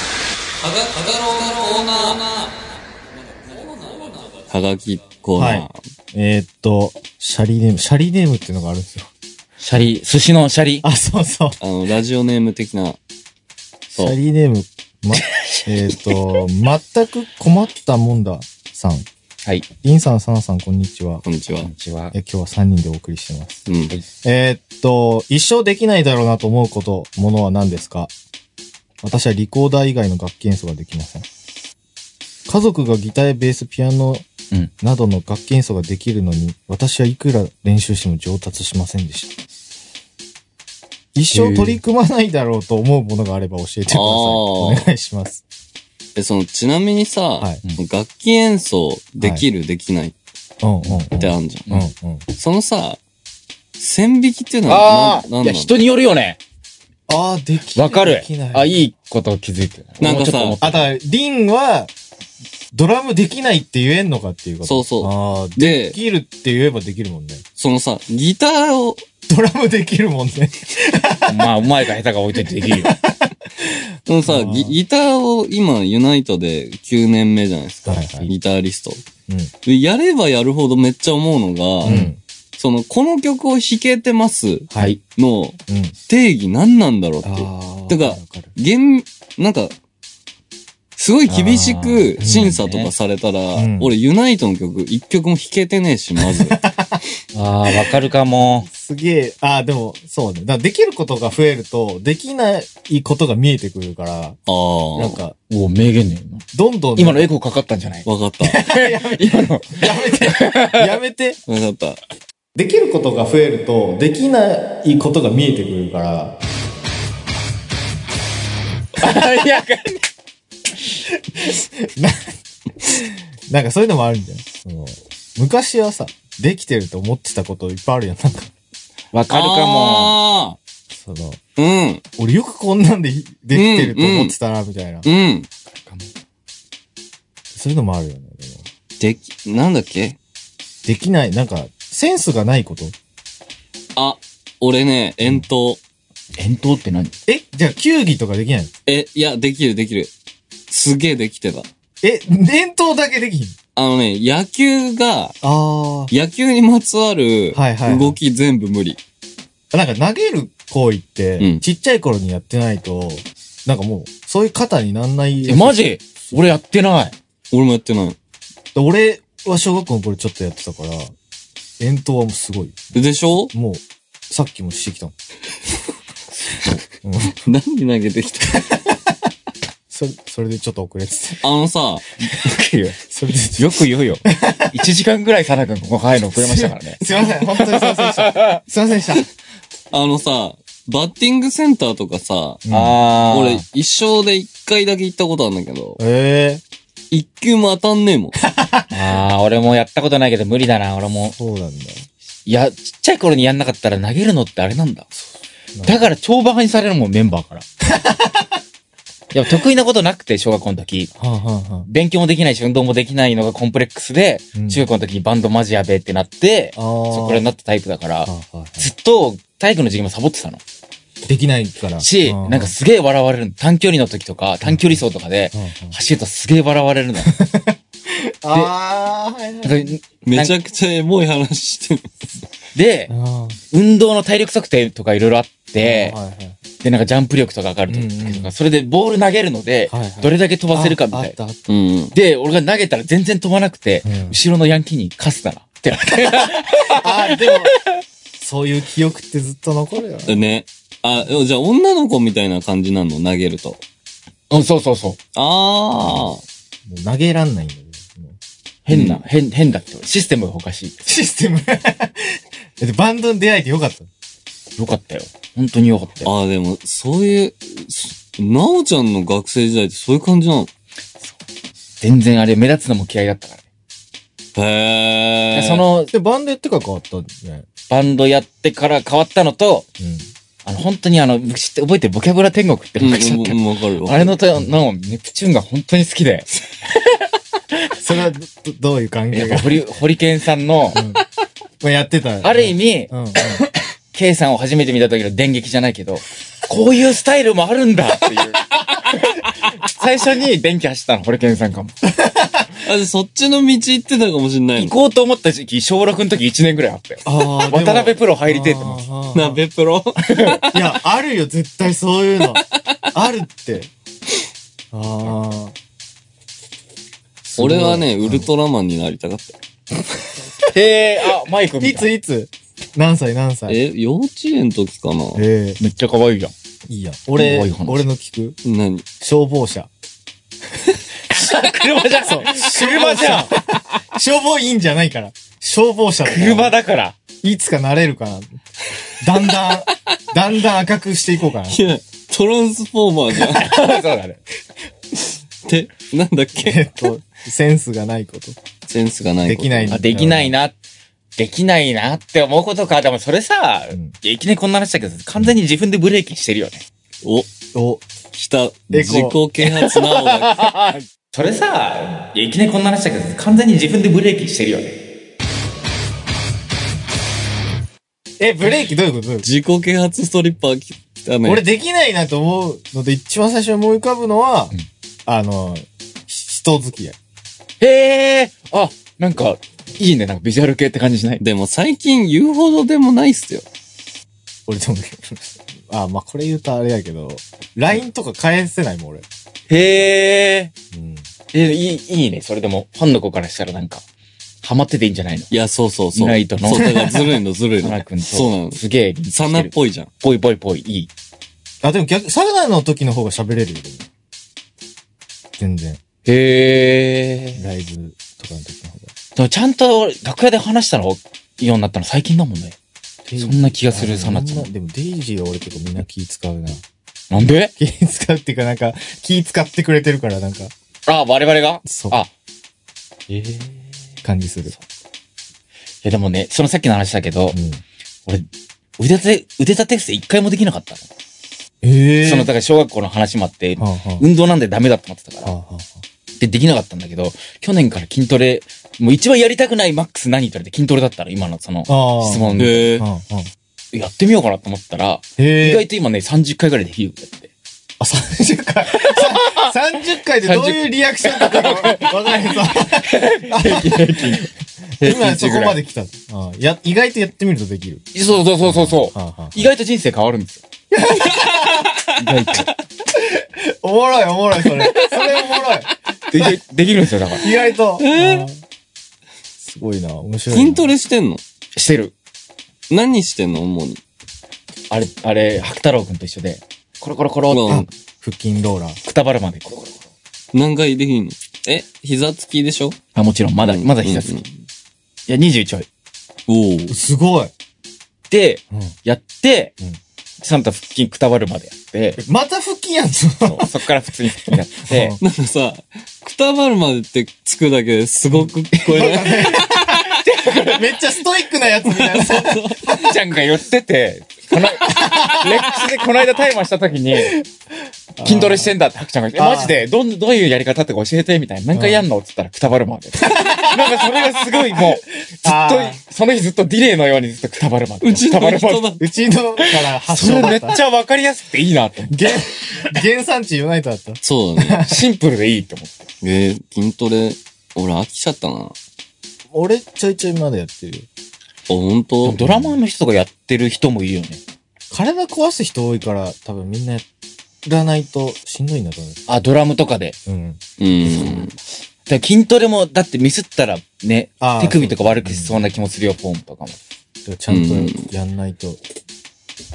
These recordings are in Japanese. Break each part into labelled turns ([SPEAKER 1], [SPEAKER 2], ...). [SPEAKER 1] はが、はがろうのコーナー。
[SPEAKER 2] はがきコーナー。
[SPEAKER 3] はいえーっと、シャリネーム、シャリネームっていうのがあるんですよ。
[SPEAKER 2] シャリ、寿司のシャリ。あ
[SPEAKER 3] あ、そうそう。
[SPEAKER 2] の、ラジオネーム的な。
[SPEAKER 3] シ
[SPEAKER 2] そう
[SPEAKER 3] ャリネーム、 ま、えーっと、全く困ったもんださん。
[SPEAKER 2] はい、
[SPEAKER 3] リンさん、サナさん、こんにちは。
[SPEAKER 2] こんにちは。
[SPEAKER 4] ちは
[SPEAKER 3] え。今日は3人でお送りしてます。
[SPEAKER 2] うん。
[SPEAKER 3] えーっと、一生できないだろうなと思うこと、ものは何ですか私はリコーダー以外の楽器演奏ができません。家族がギターやベース、ピアノ
[SPEAKER 4] うん
[SPEAKER 3] などの楽器演奏ができるのに、私はいくら練習しても上達しませんでした。一生取り組まないだろうと思うものがあれば教えてください。
[SPEAKER 2] あー
[SPEAKER 3] お願いします。
[SPEAKER 2] え、その、ちなみにさ、
[SPEAKER 3] はい
[SPEAKER 2] 楽器演奏できる、できないっ
[SPEAKER 3] うんうんうん。
[SPEAKER 2] てあるじゃん。
[SPEAKER 3] うんうん。
[SPEAKER 2] そのさ、線引きっていうのはな、
[SPEAKER 4] ああ、
[SPEAKER 2] なんな
[SPEAKER 4] いや、
[SPEAKER 2] の
[SPEAKER 4] 人によるよね。
[SPEAKER 3] ああ、できる
[SPEAKER 4] わかる
[SPEAKER 3] できな。い。
[SPEAKER 4] あ、いいこと気づいてる。
[SPEAKER 2] なんかさ
[SPEAKER 4] 俺もちょっと思った
[SPEAKER 3] あ、だから、リンは、ドラムできないって言えんのかっていうこと。
[SPEAKER 2] そうそう
[SPEAKER 3] ああ、
[SPEAKER 2] で
[SPEAKER 3] で、きるって言えばできるもんね。
[SPEAKER 2] そのさ、ギターを、
[SPEAKER 3] ドラムできるもんね。
[SPEAKER 4] まあ、うまいか下手か置いといてできるよ。
[SPEAKER 2] そのさ
[SPEAKER 3] あー
[SPEAKER 2] ギ、ギターを今、ユナイトで9年目じゃないですか。
[SPEAKER 3] はいはい
[SPEAKER 2] ギタリスト。
[SPEAKER 3] うん。
[SPEAKER 2] でやればやるほどめっちゃ思うのが、
[SPEAKER 3] うん。
[SPEAKER 2] その、この曲を弾けてます
[SPEAKER 3] はい。
[SPEAKER 2] の
[SPEAKER 3] うん。
[SPEAKER 2] 定義何なんだろうって。
[SPEAKER 3] ああ。
[SPEAKER 2] てか
[SPEAKER 3] わるる
[SPEAKER 2] 厳、なんか、すごい厳し
[SPEAKER 4] あー
[SPEAKER 2] く審査とかされたら、
[SPEAKER 3] うん
[SPEAKER 2] 俺ユナイトの曲一曲も弾けてねえし、ま ず。
[SPEAKER 4] ああ、わかるかも。
[SPEAKER 3] すげえ、ああ、でも、そうね。だからできることが増えると、できないことが見えてくるか ら、
[SPEAKER 2] ああ。
[SPEAKER 3] なんか、
[SPEAKER 4] おお、名言ね、今。
[SPEAKER 3] どんどん。
[SPEAKER 4] 今のエコーかかったんじゃ ない
[SPEAKER 2] わかった。
[SPEAKER 4] 今の。
[SPEAKER 3] やめて。 やめて。
[SPEAKER 2] わかった。
[SPEAKER 3] できることが増えると、できないことが見えてくるから、
[SPEAKER 4] いや、
[SPEAKER 3] なんかそういうのもあるんじゃないその昔はさ、できてると思ってたこといっぱいあるやん。なんか、
[SPEAKER 4] わかるかも。
[SPEAKER 2] も。
[SPEAKER 3] その、
[SPEAKER 2] うん、
[SPEAKER 3] 俺よくこんなんでできてると思ってたな、みたいな。
[SPEAKER 2] うん。
[SPEAKER 3] そういうのもあるよね。でも
[SPEAKER 2] でき、なんだっけ
[SPEAKER 3] できない、なんか、センスがないこと
[SPEAKER 2] あ、俺ね、遠投。
[SPEAKER 4] 遠投って何
[SPEAKER 3] えじゃあ、球技とかできないの
[SPEAKER 2] え、いや、できる、できる。すげえできてた。
[SPEAKER 3] え、伝統だけできひん
[SPEAKER 2] あのね、野球が、
[SPEAKER 3] あ
[SPEAKER 2] 野球にまつわる
[SPEAKER 3] はいはいはい
[SPEAKER 2] 動き全部無理。
[SPEAKER 3] あ。なんか投げる行為って、
[SPEAKER 2] うん
[SPEAKER 3] ちっちゃい頃にやってないと、なんかもう、そういう肩になんない。
[SPEAKER 4] え、マジ俺やってない。
[SPEAKER 2] 俺もやってない。
[SPEAKER 3] 俺は小学校の頃ちょっとやってたから、遠投はもうすごい。
[SPEAKER 2] でし ょ
[SPEAKER 3] もう、さっきもしてきた もん。うん、
[SPEAKER 2] 何投げてきた
[SPEAKER 3] それ、それでちょっと遅れてて。
[SPEAKER 2] あのさ、
[SPEAKER 4] よ
[SPEAKER 3] それでちょ
[SPEAKER 4] く言う よ。1時間ぐらいサナ君ここ入るの遅れましたからね。
[SPEAKER 3] すいません、本当にすいませんでした。すいませんでした。
[SPEAKER 2] あのさ、バッティングセンターとかさ、
[SPEAKER 4] ああ。
[SPEAKER 2] 俺一生で一回だけ行ったことあるんだけど、
[SPEAKER 3] ええ
[SPEAKER 2] 一球も当たんねえ もん。
[SPEAKER 4] ああ、俺もやったことないけど無理だな、俺も。
[SPEAKER 3] そうなんだ。
[SPEAKER 4] いや、ちっちゃい頃にやんなかったら投げるのってあれなんだ。だから超バカにされるもん、メンバ ーから。いや、得意なことなくて、小学校の時。
[SPEAKER 3] はあ、はあは
[SPEAKER 4] 勉強もできないし、運動もできないのがコンプレックスで、
[SPEAKER 3] うん
[SPEAKER 4] 中学校の時にバンドマジやべえってなって、
[SPEAKER 3] あ
[SPEAKER 4] そ
[SPEAKER 3] ー
[SPEAKER 4] こらになったタイプだから
[SPEAKER 3] あ、、はあは
[SPEAKER 4] ずっと体育の授業もサボってたの。
[SPEAKER 3] あ、できないから。
[SPEAKER 4] し、
[SPEAKER 3] う
[SPEAKER 4] なんか、すげえ笑われるの。短距離の時とか、短距離走とかで
[SPEAKER 3] うんうん、
[SPEAKER 4] 走るとすげえ笑われるの。
[SPEAKER 3] ああ、はいはい。
[SPEAKER 4] なんか
[SPEAKER 2] めちゃくちゃエモい話してる。
[SPEAKER 4] で、
[SPEAKER 3] あ
[SPEAKER 4] 運動の体力測定とかいろいろあって
[SPEAKER 3] ー、はいはい
[SPEAKER 4] で、なんかジャンプ力とか上がるとか、
[SPEAKER 3] うんうん
[SPEAKER 4] それでボール投げるので、
[SPEAKER 3] はいはい
[SPEAKER 4] どれだけ飛ばせるかみ
[SPEAKER 3] あ
[SPEAKER 4] た
[SPEAKER 3] あっ
[SPEAKER 4] い
[SPEAKER 3] た
[SPEAKER 4] な。
[SPEAKER 3] あった
[SPEAKER 2] うんうん。
[SPEAKER 4] で、俺が投げたら全然飛ばなくて、
[SPEAKER 3] うん
[SPEAKER 4] 後ろのヤンキーにカスだな。ってな って。
[SPEAKER 3] あー、でも、 そういう記憶ってずっと残るよね。
[SPEAKER 2] ね。あ、じゃあ女の子みたいな感じなの投げると。
[SPEAKER 4] うん、そうそうそう。
[SPEAKER 2] ああ。
[SPEAKER 3] もう投げらんないんだけど。もう
[SPEAKER 4] 変な、変、変だって俺。システムがおかしい。
[SPEAKER 3] システム。 えでバンドに出会えてよかった。
[SPEAKER 4] よかったよ。本当によかったよ。
[SPEAKER 2] ああ、でも、そういう、すなおちゃんの学生時代ってそういう感じなの
[SPEAKER 4] 全然あれ、目立つのも嫌いだったからね。
[SPEAKER 2] へえ。
[SPEAKER 4] そ、の、
[SPEAKER 3] で、バンドやってから変わったんじゃない
[SPEAKER 4] バンドやってから変わったのと、
[SPEAKER 3] うん。
[SPEAKER 4] あの、本当にあの、昔って覚えてるボキャブラ天国って
[SPEAKER 2] うん、
[SPEAKER 4] 昔あった
[SPEAKER 2] うん、わかるわ。
[SPEAKER 4] あれのと、の、ネプチューンが本当に好きで、
[SPEAKER 3] それはど、どういう関係
[SPEAKER 4] やっ
[SPEAKER 3] が
[SPEAKER 4] ぱホリ、ホリケンさんの、
[SPEAKER 3] まあやってた。
[SPEAKER 4] ある意味、
[SPEAKER 3] うん。うん。
[SPEAKER 4] K さんを初めて見た時の電撃じゃないけど、こういうスタイルもあるんだっていう。最初に電気走ったの、ホリケンさんかも。
[SPEAKER 2] あ、でそっちの道行ってたかもしんない
[SPEAKER 4] 行
[SPEAKER 2] の。
[SPEAKER 4] こうと思った時期、小6の時1年ぐらいあったよ。
[SPEAKER 3] あ
[SPEAKER 4] 渡辺プロ入りてえって思って。
[SPEAKER 3] も
[SPEAKER 2] な、べプ ロ
[SPEAKER 3] いや、あるよ、絶対そういうの。あるって。ああ。
[SPEAKER 2] 俺はね、ウル
[SPEAKER 3] と
[SPEAKER 2] トラマンになりたかった。
[SPEAKER 4] へえ、あ、マイク
[SPEAKER 3] い
[SPEAKER 4] 見た
[SPEAKER 3] ついつ何歳何歳え
[SPEAKER 2] え、幼稚園の時かな
[SPEAKER 3] え
[SPEAKER 4] めっちゃ可愛いじゃん。
[SPEAKER 3] いいや。俺
[SPEAKER 4] 可愛い、話
[SPEAKER 3] 俺の聞く
[SPEAKER 2] 何
[SPEAKER 3] 消防車。
[SPEAKER 4] 車じゃん。車じゃん。
[SPEAKER 3] 消防員じゃないから。消防車だから
[SPEAKER 4] 車だから。
[SPEAKER 3] いつかなれるかな。だんだん、 だんだん赤くしていこうかな。
[SPEAKER 2] いや、トランスフォーマーじゃん。っ
[SPEAKER 4] そうだね。
[SPEAKER 2] て、なんだっ
[SPEAKER 3] え
[SPEAKER 2] け
[SPEAKER 3] っと、センスがないこと。
[SPEAKER 2] センスがないこと。
[SPEAKER 3] できない
[SPEAKER 4] あできないな。できないなって思うことか。でもそれさ、
[SPEAKER 3] うん
[SPEAKER 4] いきなりこんな話だけど、完全に自分でブレーキしてるよね。
[SPEAKER 2] お、
[SPEAKER 3] お、
[SPEAKER 2] 来た。
[SPEAKER 3] エ
[SPEAKER 2] 自
[SPEAKER 3] コ
[SPEAKER 2] 己啓発なおだ。
[SPEAKER 4] それさ、いきなりこんな話だけど、完全に自分でブレーキしてるよね。
[SPEAKER 3] え、ブレーキどういうことどういうこ
[SPEAKER 2] 自己啓発ストリッパー来た
[SPEAKER 3] と
[SPEAKER 2] ね。
[SPEAKER 3] 俺、できないなと思うので、一番最初に思い浮かぶのは、
[SPEAKER 4] うん
[SPEAKER 3] あの、ひ人付き合い。
[SPEAKER 4] へえ、あ、なんか、いいね。なんかビジュアル系って感じしない。
[SPEAKER 2] でも最近言うほどでもないっすよ。
[SPEAKER 3] 俺でも、あ、まあ、これ言うとあれやけど、LINE とか返せないもん、俺。
[SPEAKER 4] へえ、
[SPEAKER 3] うん。
[SPEAKER 4] え、いい、いいね。それでも、ファンの子からしたらなんか、ハマってていいんじゃないの
[SPEAKER 2] いや、そうそうそう。
[SPEAKER 4] ライトの
[SPEAKER 2] そう、だからずるいのずるい
[SPEAKER 4] サ ナ
[SPEAKER 2] の。
[SPEAKER 4] 君と。
[SPEAKER 2] そうなの。
[SPEAKER 4] すげえリンクして
[SPEAKER 2] サ
[SPEAKER 4] る。
[SPEAKER 2] ナっぽいじゃん。
[SPEAKER 4] ぽいぽいぽい、いい。
[SPEAKER 3] あ、でも逆、サウナの時の方が喋れるよ、でも全然。
[SPEAKER 4] へえ。
[SPEAKER 3] ライブとかの時の方が。
[SPEAKER 4] でもちゃんと楽屋で話したのようになったの最近だもんね。そんな気がする、
[SPEAKER 3] あ
[SPEAKER 4] サナち
[SPEAKER 3] み
[SPEAKER 4] ゃん
[SPEAKER 3] な。でも、デイジーは俺結構みんな気使うな。
[SPEAKER 4] なんで
[SPEAKER 3] 気使うっていうか、なんか、気使ってくれてるから、なんか、
[SPEAKER 4] あ、我々が
[SPEAKER 3] そう、
[SPEAKER 4] あ。ええ。い
[SPEAKER 3] 感じする。
[SPEAKER 4] やでもね、そのさっきの話だけど、
[SPEAKER 3] うん。
[SPEAKER 4] 俺、腕立て、腕立て伏せ一回もできなかったの。
[SPEAKER 3] ええ
[SPEAKER 4] その、だから小学校の話もあって、
[SPEAKER 3] はあ、は
[SPEAKER 4] 運動なんでダメだと思ってた
[SPEAKER 3] あ、
[SPEAKER 4] から。
[SPEAKER 3] はあ、は
[SPEAKER 4] で、できなかったんだけど、去年から筋トレ、もう一番やりたくないマックス何とれて筋トレだったの、今のその
[SPEAKER 3] あ、ああ。
[SPEAKER 4] 質問で。
[SPEAKER 2] へえ。
[SPEAKER 3] はあはあ
[SPEAKER 4] やってみようかなと思ったら、
[SPEAKER 3] へ
[SPEAKER 4] 意
[SPEAKER 3] え。
[SPEAKER 4] 外と今ね、30回ぐらいできるようになって。
[SPEAKER 3] あ、30回。さ30回でどういうリアクションだったかわかんないぞ。今そこまで来た。ああや、意外とやってみるとできる。
[SPEAKER 4] そうそうそうそうそう。
[SPEAKER 3] はあはあ
[SPEAKER 4] 意外と人生変わるんですよ。意外と。
[SPEAKER 3] おもろい、おもろい、それ。それおもろい。
[SPEAKER 4] ででできるんですよ、だから。
[SPEAKER 3] 意外と。ああすごいな、面白いな。
[SPEAKER 2] 筋トレしてんの
[SPEAKER 4] してる。
[SPEAKER 2] 何してんの主に。
[SPEAKER 4] あれ、あれ、白太郎くんと一緒で、コロコロコロ
[SPEAKER 2] う
[SPEAKER 4] っ
[SPEAKER 2] ん
[SPEAKER 4] て、
[SPEAKER 3] 腹筋ローラー。
[SPEAKER 4] くたばるまでコロコロコロ。
[SPEAKER 2] 何回できんのえ、膝つきでしょ
[SPEAKER 4] あ、もちろん、まだ、まだ膝つき。いや、20ちょい。
[SPEAKER 2] おお。
[SPEAKER 3] すごい。
[SPEAKER 4] で、
[SPEAKER 3] うん
[SPEAKER 4] やって、
[SPEAKER 3] うん
[SPEAKER 4] ちゃんと腹筋くたばるまでやって、
[SPEAKER 3] また腹筋やんぞ。
[SPEAKER 4] そうそっから普通に腹筋 やって、
[SPEAKER 2] なんかさ、くたばるまでってつくだけですごく聞こえない
[SPEAKER 3] めっちゃストイックなやつみたいな。
[SPEAKER 4] ハッちゃんが寄ってて、 この、レックスでこの間タイマーした時に、筋トレしてんだってハクちゃんが言って、
[SPEAKER 3] あー
[SPEAKER 4] えマジで、どん、どういうやり方ってか教えて、みたいな。何回やんのって言ったら、くたばるま で。なんかそれがすごいもう、ず
[SPEAKER 3] あ
[SPEAKER 4] っと、その日ずっとディレイのようにずっとくたばるまで。
[SPEAKER 2] うち
[SPEAKER 4] くたば
[SPEAKER 2] の
[SPEAKER 4] るまで
[SPEAKER 2] 人だ。
[SPEAKER 3] うちのから発
[SPEAKER 4] そ
[SPEAKER 3] 祥
[SPEAKER 4] れめ
[SPEAKER 3] だっ。
[SPEAKER 4] ったちゃわかりやすくていいなと思っ
[SPEAKER 3] 原、原産地ユナイトだった。
[SPEAKER 2] そうだね。
[SPEAKER 4] て。シンプルでいいと思って。
[SPEAKER 2] えー、筋トレ、俺飽きちゃったな。あ、
[SPEAKER 3] 俺ちょいちょいまだやってるよ。
[SPEAKER 2] ほんと
[SPEAKER 4] ドラマーの人とかやってる人もいるよね。
[SPEAKER 3] 体壊す人多いから、多分みんなやらないとしんどいんだと思
[SPEAKER 4] あ、ドラムとかで。
[SPEAKER 3] う。うん。
[SPEAKER 2] うん。
[SPEAKER 4] だから筋トレも、だってミスったらね
[SPEAKER 3] あ、ー
[SPEAKER 4] 手首とか悪くしそうな気もするよ、フォームとかも。
[SPEAKER 3] ちゃんとやんないと。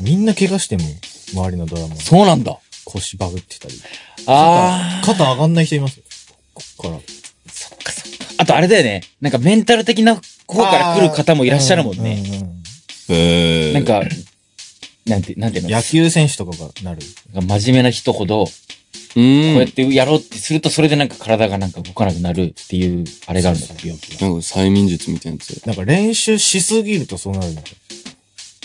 [SPEAKER 3] みんな怪我しても、周りのドラマ。
[SPEAKER 4] そうなんだ。
[SPEAKER 3] 腰バグってたり。
[SPEAKER 4] あー。
[SPEAKER 3] 肩上がんない人いますよ。こっから。
[SPEAKER 4] そっかそっか。あとあれだよね。なんかメンタル的な方から来る方もいらっしゃるもんね。
[SPEAKER 3] うううん
[SPEAKER 2] へえ。
[SPEAKER 4] なん、か、なんて、なんていうの
[SPEAKER 3] 野球選手とかがなる。
[SPEAKER 4] なんか真面目な人ほど、こ
[SPEAKER 2] う。
[SPEAKER 4] うんやってやろうってすると、それでなんか体がなんか動かなくなるっていう、あれがあるんだよ、病気が。
[SPEAKER 2] なんか催眠術みたいなやつ。
[SPEAKER 3] なんか練習しすぎるとそうなるみたいな。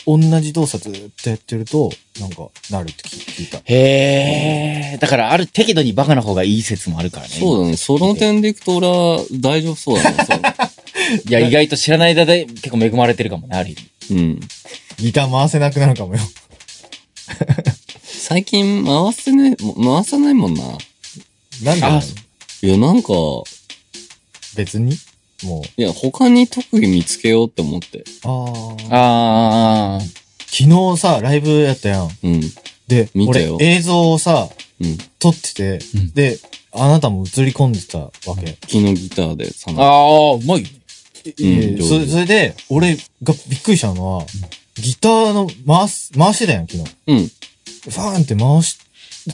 [SPEAKER 3] 同じ動作ずっとやってると、なんか、なるって聞いた。
[SPEAKER 4] へー。だからある適度にバカな方がいい説もあるからね。
[SPEAKER 2] そうだね。その点でいくと俺は大丈夫そうだね。
[SPEAKER 4] いや、意外と知らない間で結構恵まれてるかもね、ある意味。
[SPEAKER 2] そううん。
[SPEAKER 3] ギター回せなくなるかもよ。
[SPEAKER 2] 最近回せね、も回さないもんな。
[SPEAKER 3] なんだろう
[SPEAKER 4] あそ
[SPEAKER 2] いや、なんか、
[SPEAKER 3] 別にもう。
[SPEAKER 2] いや、他に特技見つけようって思って。
[SPEAKER 3] ああ。
[SPEAKER 4] あー
[SPEAKER 3] 昨日さ、ライブやったやん。
[SPEAKER 2] うん。
[SPEAKER 3] で、
[SPEAKER 2] 見た
[SPEAKER 3] 俺
[SPEAKER 2] よ
[SPEAKER 3] 映像をさ、
[SPEAKER 2] うん。
[SPEAKER 3] 撮ってて、
[SPEAKER 4] うん
[SPEAKER 3] で、あなたも映り込んでたわけ。
[SPEAKER 2] 木のギターでさ、
[SPEAKER 4] あー、あーうま
[SPEAKER 2] う
[SPEAKER 4] い。
[SPEAKER 2] ん
[SPEAKER 3] でそれそれで、俺がびっくりしたのは、ギターの回す、回してたやん、昨日。
[SPEAKER 2] うん。
[SPEAKER 3] ファーンって回し、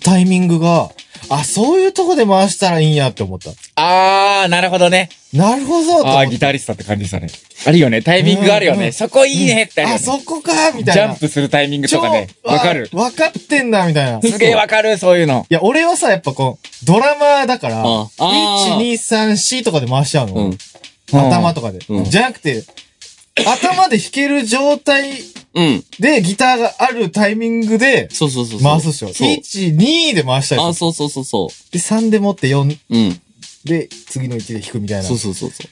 [SPEAKER 3] タイミングが、あ、そういうとこで回したらいいんやって思った。
[SPEAKER 4] あー、なるほどね。
[SPEAKER 3] なるほどって思
[SPEAKER 4] あ
[SPEAKER 3] っ
[SPEAKER 4] ー、
[SPEAKER 3] た
[SPEAKER 4] ギタリストって感じでしたね。あるよね。タイミングあるよ
[SPEAKER 3] うんう
[SPEAKER 4] ね。
[SPEAKER 3] ん
[SPEAKER 4] そこいいねってあるよ
[SPEAKER 3] あ、
[SPEAKER 4] ね
[SPEAKER 3] そこかみたいな。
[SPEAKER 4] ジャンプするタイミングとかね。
[SPEAKER 3] 超
[SPEAKER 4] わ かる。
[SPEAKER 3] あわかってんだ、みたいな。い
[SPEAKER 4] すげえわかる、そういうの。
[SPEAKER 3] や、俺はさ、やっぱこう、ドラマーだから、
[SPEAKER 2] ああー
[SPEAKER 3] 1、2、3、4とかで回しちゃう
[SPEAKER 2] う
[SPEAKER 3] の
[SPEAKER 2] ん。。
[SPEAKER 3] 頭とかで。
[SPEAKER 2] うん
[SPEAKER 3] じゃなくて、頭で弾ける状態
[SPEAKER 2] うん。
[SPEAKER 3] でギターがあるタイミングで
[SPEAKER 2] そうそうそうそう。
[SPEAKER 3] 回すっしょ。
[SPEAKER 2] そう。
[SPEAKER 3] 1、2で回したり
[SPEAKER 2] あ、
[SPEAKER 3] とか
[SPEAKER 2] そうそうそうそ
[SPEAKER 3] で、3で持って4
[SPEAKER 2] う。うん。
[SPEAKER 3] で、次の1で弾くみたいな
[SPEAKER 2] そう。そうそうそ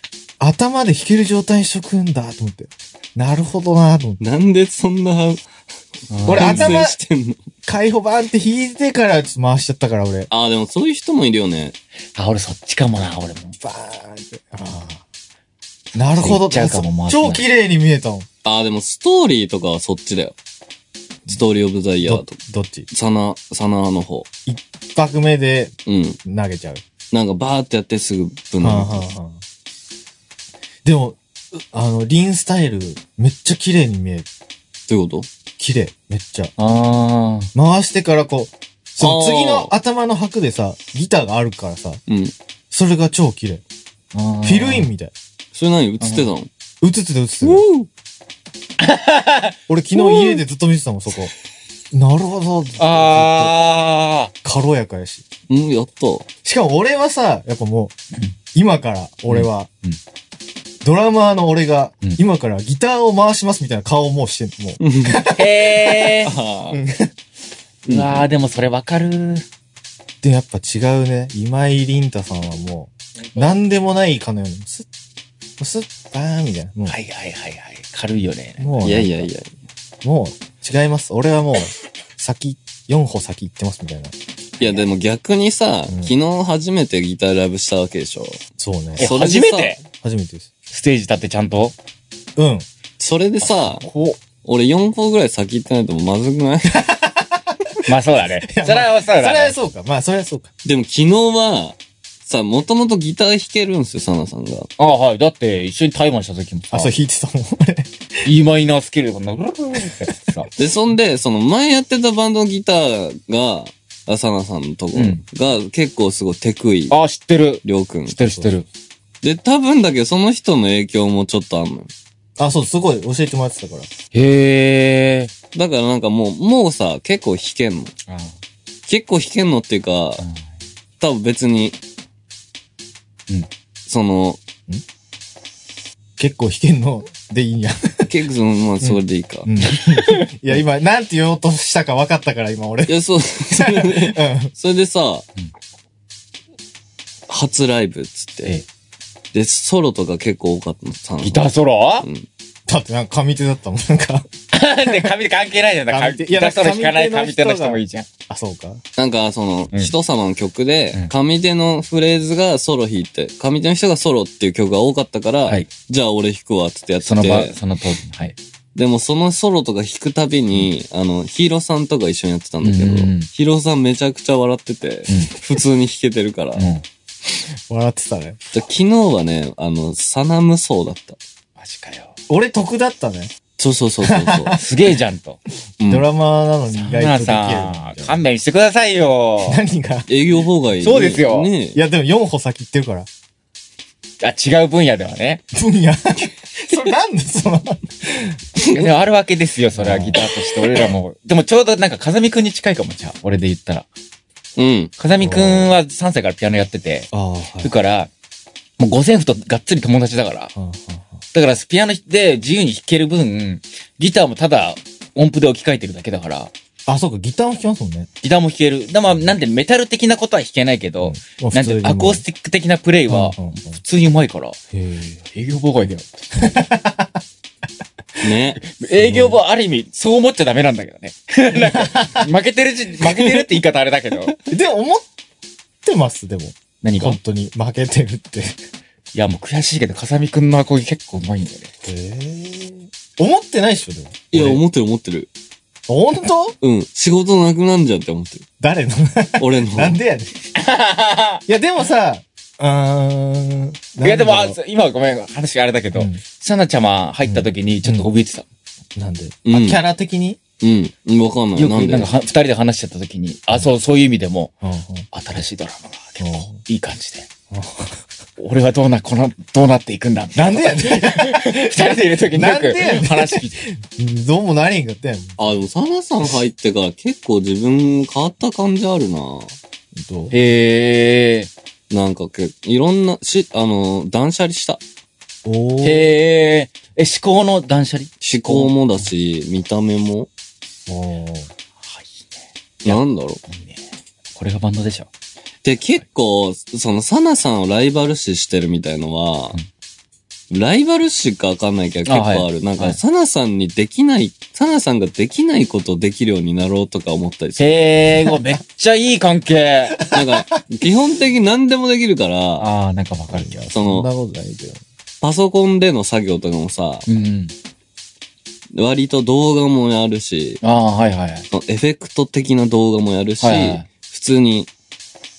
[SPEAKER 3] 頭で弾ける状態にしとくんだ、と思って。なるほどな、と思って。
[SPEAKER 2] う。なんでそんな、
[SPEAKER 3] 俺
[SPEAKER 2] 反省
[SPEAKER 3] 頭、
[SPEAKER 2] してんの
[SPEAKER 3] 解放バーンって弾いてからちょっと回しちゃったから、俺。
[SPEAKER 2] あー、でもそういう人もいるよね。
[SPEAKER 4] あ、俺そっちかもな、俺も。
[SPEAKER 3] バーンって。ああ。なるほど。
[SPEAKER 4] いっちゃうかも回せない
[SPEAKER 3] 超綺麗に見えたもん。
[SPEAKER 2] あー、でもストーリーとかはそっちだよ。ストーリーオブザイヤー
[SPEAKER 3] ど
[SPEAKER 2] とか。
[SPEAKER 3] どっち
[SPEAKER 2] サナ、サナの方。
[SPEAKER 3] 一拍目で
[SPEAKER 2] うん。
[SPEAKER 3] 投げちゃう。
[SPEAKER 2] なんかバーってやってすぐぶん投げて
[SPEAKER 3] はあはあはあでも、うあの、リンスタイル、めっちゃ綺麗に見える。
[SPEAKER 2] どういうこと
[SPEAKER 3] 綺麗。めっちゃ。
[SPEAKER 4] あー。
[SPEAKER 3] 回してからこう、その
[SPEAKER 2] あー
[SPEAKER 3] 次の頭の拍でさ、ギターがあるからさ、
[SPEAKER 2] うん。
[SPEAKER 3] それが超綺麗。
[SPEAKER 4] フ
[SPEAKER 3] フィルインみたい。
[SPEAKER 2] それ何映ってたの
[SPEAKER 3] 映ってた映ってた。
[SPEAKER 2] う
[SPEAKER 3] 俺昨日家でずっと見てたもん、そこ。なるほど。
[SPEAKER 4] あ
[SPEAKER 3] 軽やかやし。
[SPEAKER 2] うん、やった。
[SPEAKER 3] しかも俺はさ、やっぱもう、今から俺は、
[SPEAKER 4] うんうん
[SPEAKER 3] ドラマーの俺が、
[SPEAKER 4] うん
[SPEAKER 3] 今からギターを回しますみたいな顔をもうしてん、もう。
[SPEAKER 4] ー。へー。
[SPEAKER 2] あ
[SPEAKER 4] うわー、でもそれわかる。
[SPEAKER 3] で、やっぱ違うね。今井凛太さんはもう、なんでもないかのように、スッ、スッ、バーンみたいな。もう、
[SPEAKER 4] はいはいはいはい。軽いよね。
[SPEAKER 3] もう
[SPEAKER 2] あ。いやいやいや。
[SPEAKER 3] もう、違います。俺はもう、先、4歩先行ってますみたいな。
[SPEAKER 2] いや、でも逆にさ、
[SPEAKER 3] うん
[SPEAKER 2] 昨日初めてギターライブしたわけでしょ。
[SPEAKER 3] そうね
[SPEAKER 4] え、。
[SPEAKER 2] それで
[SPEAKER 4] 初
[SPEAKER 2] さ
[SPEAKER 4] めて
[SPEAKER 3] 初めてです。
[SPEAKER 4] ステージ立ってちゃんと
[SPEAKER 3] うん。
[SPEAKER 2] それでさ、
[SPEAKER 4] こ
[SPEAKER 2] 俺4歩ぐらい先行ってないとまずくない
[SPEAKER 4] う。まあそう だね。それはそう
[SPEAKER 3] それ
[SPEAKER 4] だ
[SPEAKER 3] は
[SPEAKER 4] ね。
[SPEAKER 3] そうか。まあ、それはそうか。
[SPEAKER 2] でも昨日は、さ、もともとギター弾けるんですよ、サナさんが。
[SPEAKER 4] ああ、はい。だって、一緒にタイマンした時もさ
[SPEAKER 3] あ、それ弾いてたもん、 俺。
[SPEAKER 4] E マイナースケールでこんな、うるるるるって やってさ。
[SPEAKER 2] で、そんで、その前やってたバンドのギターが、あサナさんのとこ
[SPEAKER 4] うん
[SPEAKER 2] が結構すごいテクイ、
[SPEAKER 4] ああ、知ってる。
[SPEAKER 2] りょうくん
[SPEAKER 4] 知っ。てる知ってる。
[SPEAKER 2] で、多分だけどその人の影響もちょっとあんのよ。
[SPEAKER 3] あ、そう、すごい教えてもらってたから。
[SPEAKER 4] へー。
[SPEAKER 2] だからなんかもう、もうさ、結構弾けんの。
[SPEAKER 4] あ
[SPEAKER 2] 結構弾けんのっていうか、
[SPEAKER 4] あ
[SPEAKER 2] 多分別に、
[SPEAKER 4] うん
[SPEAKER 2] そ の、
[SPEAKER 3] 結構弾けんのでいいんや。
[SPEAKER 2] 結構その、まあ、それでいいか。
[SPEAKER 3] うん。いや、今、なんて言おうとしたか分かったから、今、俺。
[SPEAKER 2] いや、そう、それ
[SPEAKER 3] う
[SPEAKER 2] で、
[SPEAKER 3] ん。
[SPEAKER 2] それでさ、初ライブっつって、
[SPEAKER 4] え
[SPEAKER 2] で、ソロとか結構多かったの、さ
[SPEAKER 4] えギターソロ
[SPEAKER 2] うん。
[SPEAKER 3] だって、なんか、上手だったもん、なんか。
[SPEAKER 4] で、紙関係ないじゃん。だから
[SPEAKER 3] 紙手
[SPEAKER 4] ギターソロ弾かない
[SPEAKER 3] いやだから
[SPEAKER 4] 紙手の人もいいじゃん。
[SPEAKER 3] あ、そうか。
[SPEAKER 2] なんか、その、
[SPEAKER 4] うん
[SPEAKER 2] 人様の曲で、
[SPEAKER 4] うん
[SPEAKER 2] 上手のフレーズがソロ弾いて、上手の人がソロっていう曲が多かったから、
[SPEAKER 4] はい
[SPEAKER 2] じゃあ俺弾くわっつってやって
[SPEAKER 4] その場、
[SPEAKER 2] て、
[SPEAKER 4] その当時に。はい。
[SPEAKER 2] でもそのソロとか弾くたびに、あの、ヒーローさんとか一緒にやってたんだけど、
[SPEAKER 4] うんうんうん
[SPEAKER 2] ヒーローさんめちゃくちゃ笑ってて、普通に弾けてるから、
[SPEAKER 4] うん。うん。
[SPEAKER 3] 笑ってたね。
[SPEAKER 2] で昨日はね、あの、サナムソウだった。
[SPEAKER 4] マジかよ。
[SPEAKER 3] 俺、得だったね。
[SPEAKER 2] そうそうそうそう そう。
[SPEAKER 4] すげえじゃんと。
[SPEAKER 2] うん
[SPEAKER 3] ドラマーなのに意
[SPEAKER 4] サ
[SPEAKER 3] 外とで
[SPEAKER 4] ナ
[SPEAKER 3] きる
[SPEAKER 4] さ、
[SPEAKER 3] なん
[SPEAKER 4] 勘弁してくださいよ。
[SPEAKER 3] 何が
[SPEAKER 2] 営業妨害に
[SPEAKER 4] そうですよ
[SPEAKER 2] ね
[SPEAKER 3] いや、でも4歩先行ってるから。
[SPEAKER 4] あ、違う分野では ね。
[SPEAKER 3] 分野。それなんでその、
[SPEAKER 4] でもあるわけですよ、それはギターとして。俺らも。でもちょうどなんか、風見くんに近いかも、じゃあ。俺で言ったら。
[SPEAKER 2] うん。
[SPEAKER 4] 風見くんは3歳からピアノやってて。
[SPEAKER 3] ああ、は
[SPEAKER 4] だから、もう五線譜とがっつり友達だから。
[SPEAKER 3] い。
[SPEAKER 4] だから、ピアノで自由に弾ける分、ギターもただ音符で置き換えてるだけだから、
[SPEAKER 3] あ、そうか、ギターも弾きますもんね。
[SPEAKER 4] ギターも弾ける。だまあ、なんでメタル的なことは弾けないけど、
[SPEAKER 3] まあ
[SPEAKER 4] なんでアコース
[SPEAKER 3] テ
[SPEAKER 4] ティック的なプレイは、
[SPEAKER 3] うんうんうん
[SPEAKER 4] 普通にうまいから。
[SPEAKER 3] ィッ
[SPEAKER 4] 営業妨害だよ。
[SPEAKER 2] ね。
[SPEAKER 4] 営業妨ある意味、そう思っちゃダメなん だけどね。なんか、負けてるじ、負けてるって言い方あれだけど。
[SPEAKER 3] ク。でも、思ってます、でも。
[SPEAKER 4] 何がい
[SPEAKER 3] 本当に負けてるって。
[SPEAKER 4] や、もう悔しいけど、かさみくんのアコギ結構うまいんだよね。
[SPEAKER 3] え思ってないでしょ、でも。
[SPEAKER 2] いや、
[SPEAKER 3] 俺
[SPEAKER 2] 思ってる思ってる。
[SPEAKER 3] 本当
[SPEAKER 2] うん。仕事なくなんじゃんって思 ってる。
[SPEAKER 3] 誰の
[SPEAKER 2] 俺の。
[SPEAKER 3] なんでやねん。いや、でもさ、うーん。
[SPEAKER 4] いや、でも、あ
[SPEAKER 3] なんだろ
[SPEAKER 4] 今はごめん、話があれだけど、
[SPEAKER 3] うん
[SPEAKER 4] サナちゃま入った時にちょっと怯えてた。
[SPEAKER 3] うなんで、あ
[SPEAKER 2] うん
[SPEAKER 3] キャラ的に、
[SPEAKER 2] うん。わかんない。
[SPEAKER 4] よ
[SPEAKER 2] な
[SPEAKER 4] く、
[SPEAKER 2] んで
[SPEAKER 4] なんかは、二人で話しちゃった時に、あ、そう、そういう意味でも、
[SPEAKER 3] うん
[SPEAKER 4] 新しいドラマが結構
[SPEAKER 3] う
[SPEAKER 4] いい感じで。俺はどうな、この、どうなっていくんだ。
[SPEAKER 3] なんでやね
[SPEAKER 4] 二人でいる時によ
[SPEAKER 3] なん
[SPEAKER 4] く
[SPEAKER 3] でやねん
[SPEAKER 4] 話聞いて。
[SPEAKER 3] ん。どうも何がってんの
[SPEAKER 2] あ、でも、サナさん入ってから結構自分変わった感じあるな。
[SPEAKER 3] どう
[SPEAKER 4] へえ。
[SPEAKER 2] なんかけ、いろんな、し、あの、断捨離した。
[SPEAKER 3] おー
[SPEAKER 4] へえ。え、思考の断捨離
[SPEAKER 2] 思考もだし、見た目も。
[SPEAKER 3] おー。
[SPEAKER 4] はい、
[SPEAKER 2] なんだろう。
[SPEAKER 4] いいね。これがバンドでしょ。
[SPEAKER 2] で、結構、その、サナさんをライバル視してるみたいのは、ライバル視かわかんないけど
[SPEAKER 4] あ
[SPEAKER 2] 結構ある。
[SPEAKER 4] は
[SPEAKER 2] なん
[SPEAKER 4] は
[SPEAKER 2] か、
[SPEAKER 4] い
[SPEAKER 2] サナさんにできない、サナさんができないことをできるようになろうとか思ったりする。
[SPEAKER 4] へえ、うわめっちゃいい関係。
[SPEAKER 2] なん か、基本的に何でもできるから、
[SPEAKER 4] ああ、なんかわかる
[SPEAKER 3] い
[SPEAKER 4] よ
[SPEAKER 3] や、。
[SPEAKER 2] そ
[SPEAKER 3] そ
[SPEAKER 2] の
[SPEAKER 3] んなことないけど。
[SPEAKER 2] パソコンでの作業とかもさ、
[SPEAKER 4] うん。
[SPEAKER 2] 割と動画もやるし、
[SPEAKER 4] ああ、はいはいはい。
[SPEAKER 2] そのエフェクト的な動画もやるし、
[SPEAKER 4] はいはい
[SPEAKER 2] 普通に、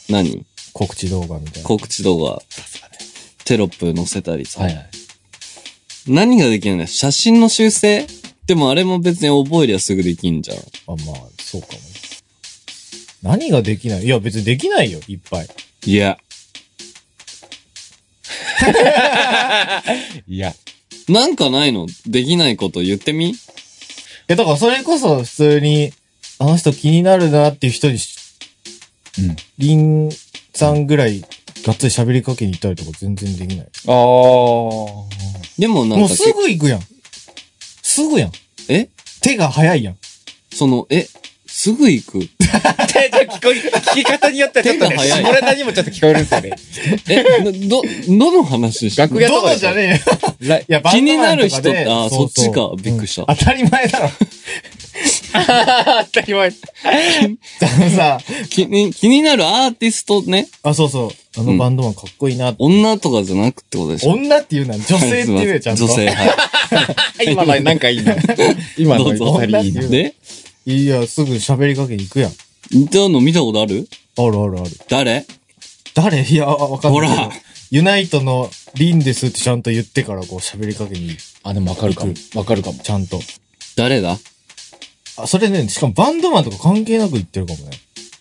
[SPEAKER 2] 何
[SPEAKER 3] 告知動画みたいな。
[SPEAKER 2] 告知動画、
[SPEAKER 4] さすがね。
[SPEAKER 2] テロップ載せたりさ、
[SPEAKER 4] はいはい。
[SPEAKER 2] 何ができるんだよ写真の修正でもあれも別に覚えりゃすぐできんじゃん。
[SPEAKER 3] あ、まあ、そうかもね。何ができないいや、別にできないよ、いっぱい。
[SPEAKER 2] いや、
[SPEAKER 4] いや。
[SPEAKER 2] なんかないのできないこと言ってみ
[SPEAKER 3] え、だからそれこそ普通に、あの人気になるなっていう人にし、
[SPEAKER 4] うん。
[SPEAKER 3] リンさんぐらい、がっつり喋りかけに行ったりとか全然できない。
[SPEAKER 4] ああ。
[SPEAKER 2] でもなん
[SPEAKER 3] も
[SPEAKER 2] かけ、
[SPEAKER 3] うすぐ行くやん。すぐやん。
[SPEAKER 2] え
[SPEAKER 3] 手が早いやん。
[SPEAKER 2] その、え、すぐ行く。
[SPEAKER 4] 手が聞こえ、 聞き方によってはちょっとね、
[SPEAKER 2] 手が早い
[SPEAKER 4] 下ネタにもちょっと聞こえるんですよね。
[SPEAKER 2] え、ど、どの話して
[SPEAKER 4] 楽屋と
[SPEAKER 3] ど
[SPEAKER 4] か
[SPEAKER 3] の
[SPEAKER 4] でし
[SPEAKER 3] じ
[SPEAKER 4] ょ
[SPEAKER 3] ゃねえよ。
[SPEAKER 4] ら
[SPEAKER 3] いや、
[SPEAKER 2] 気になる人
[SPEAKER 3] バンドマンとかで
[SPEAKER 2] あー
[SPEAKER 3] うう
[SPEAKER 2] そっちかびっくりした
[SPEAKER 3] うん当たり前だろ。
[SPEAKER 4] 当たり前。
[SPEAKER 3] あのさ、
[SPEAKER 2] 気に、気になるアーティストね、
[SPEAKER 3] あ、そうそう。あのバンドマンかっこいいな。
[SPEAKER 2] 女とかじゃなくってことでしょ
[SPEAKER 3] 女って言うな。女性って言うよ、ちゃんと。
[SPEAKER 2] 女性、 は
[SPEAKER 4] 今のなんかいいな。今の
[SPEAKER 2] どうぞ。
[SPEAKER 4] 二人いいない
[SPEAKER 2] で、
[SPEAKER 3] いや、すぐ喋りかけに行くやん。あ
[SPEAKER 2] 似たの見たことある
[SPEAKER 3] るあるある。
[SPEAKER 2] 誰
[SPEAKER 3] 誰 いや、わかんないけど。
[SPEAKER 2] ほら
[SPEAKER 3] ユナイトのリンですってちゃんと言ってからこう喋りかけに行く、
[SPEAKER 4] あ、でもわかるかも。わかるかも。
[SPEAKER 3] ちゃんと。
[SPEAKER 2] 誰だ
[SPEAKER 3] あ、それね、しかもバンドマンとか関係なく言ってるかもね。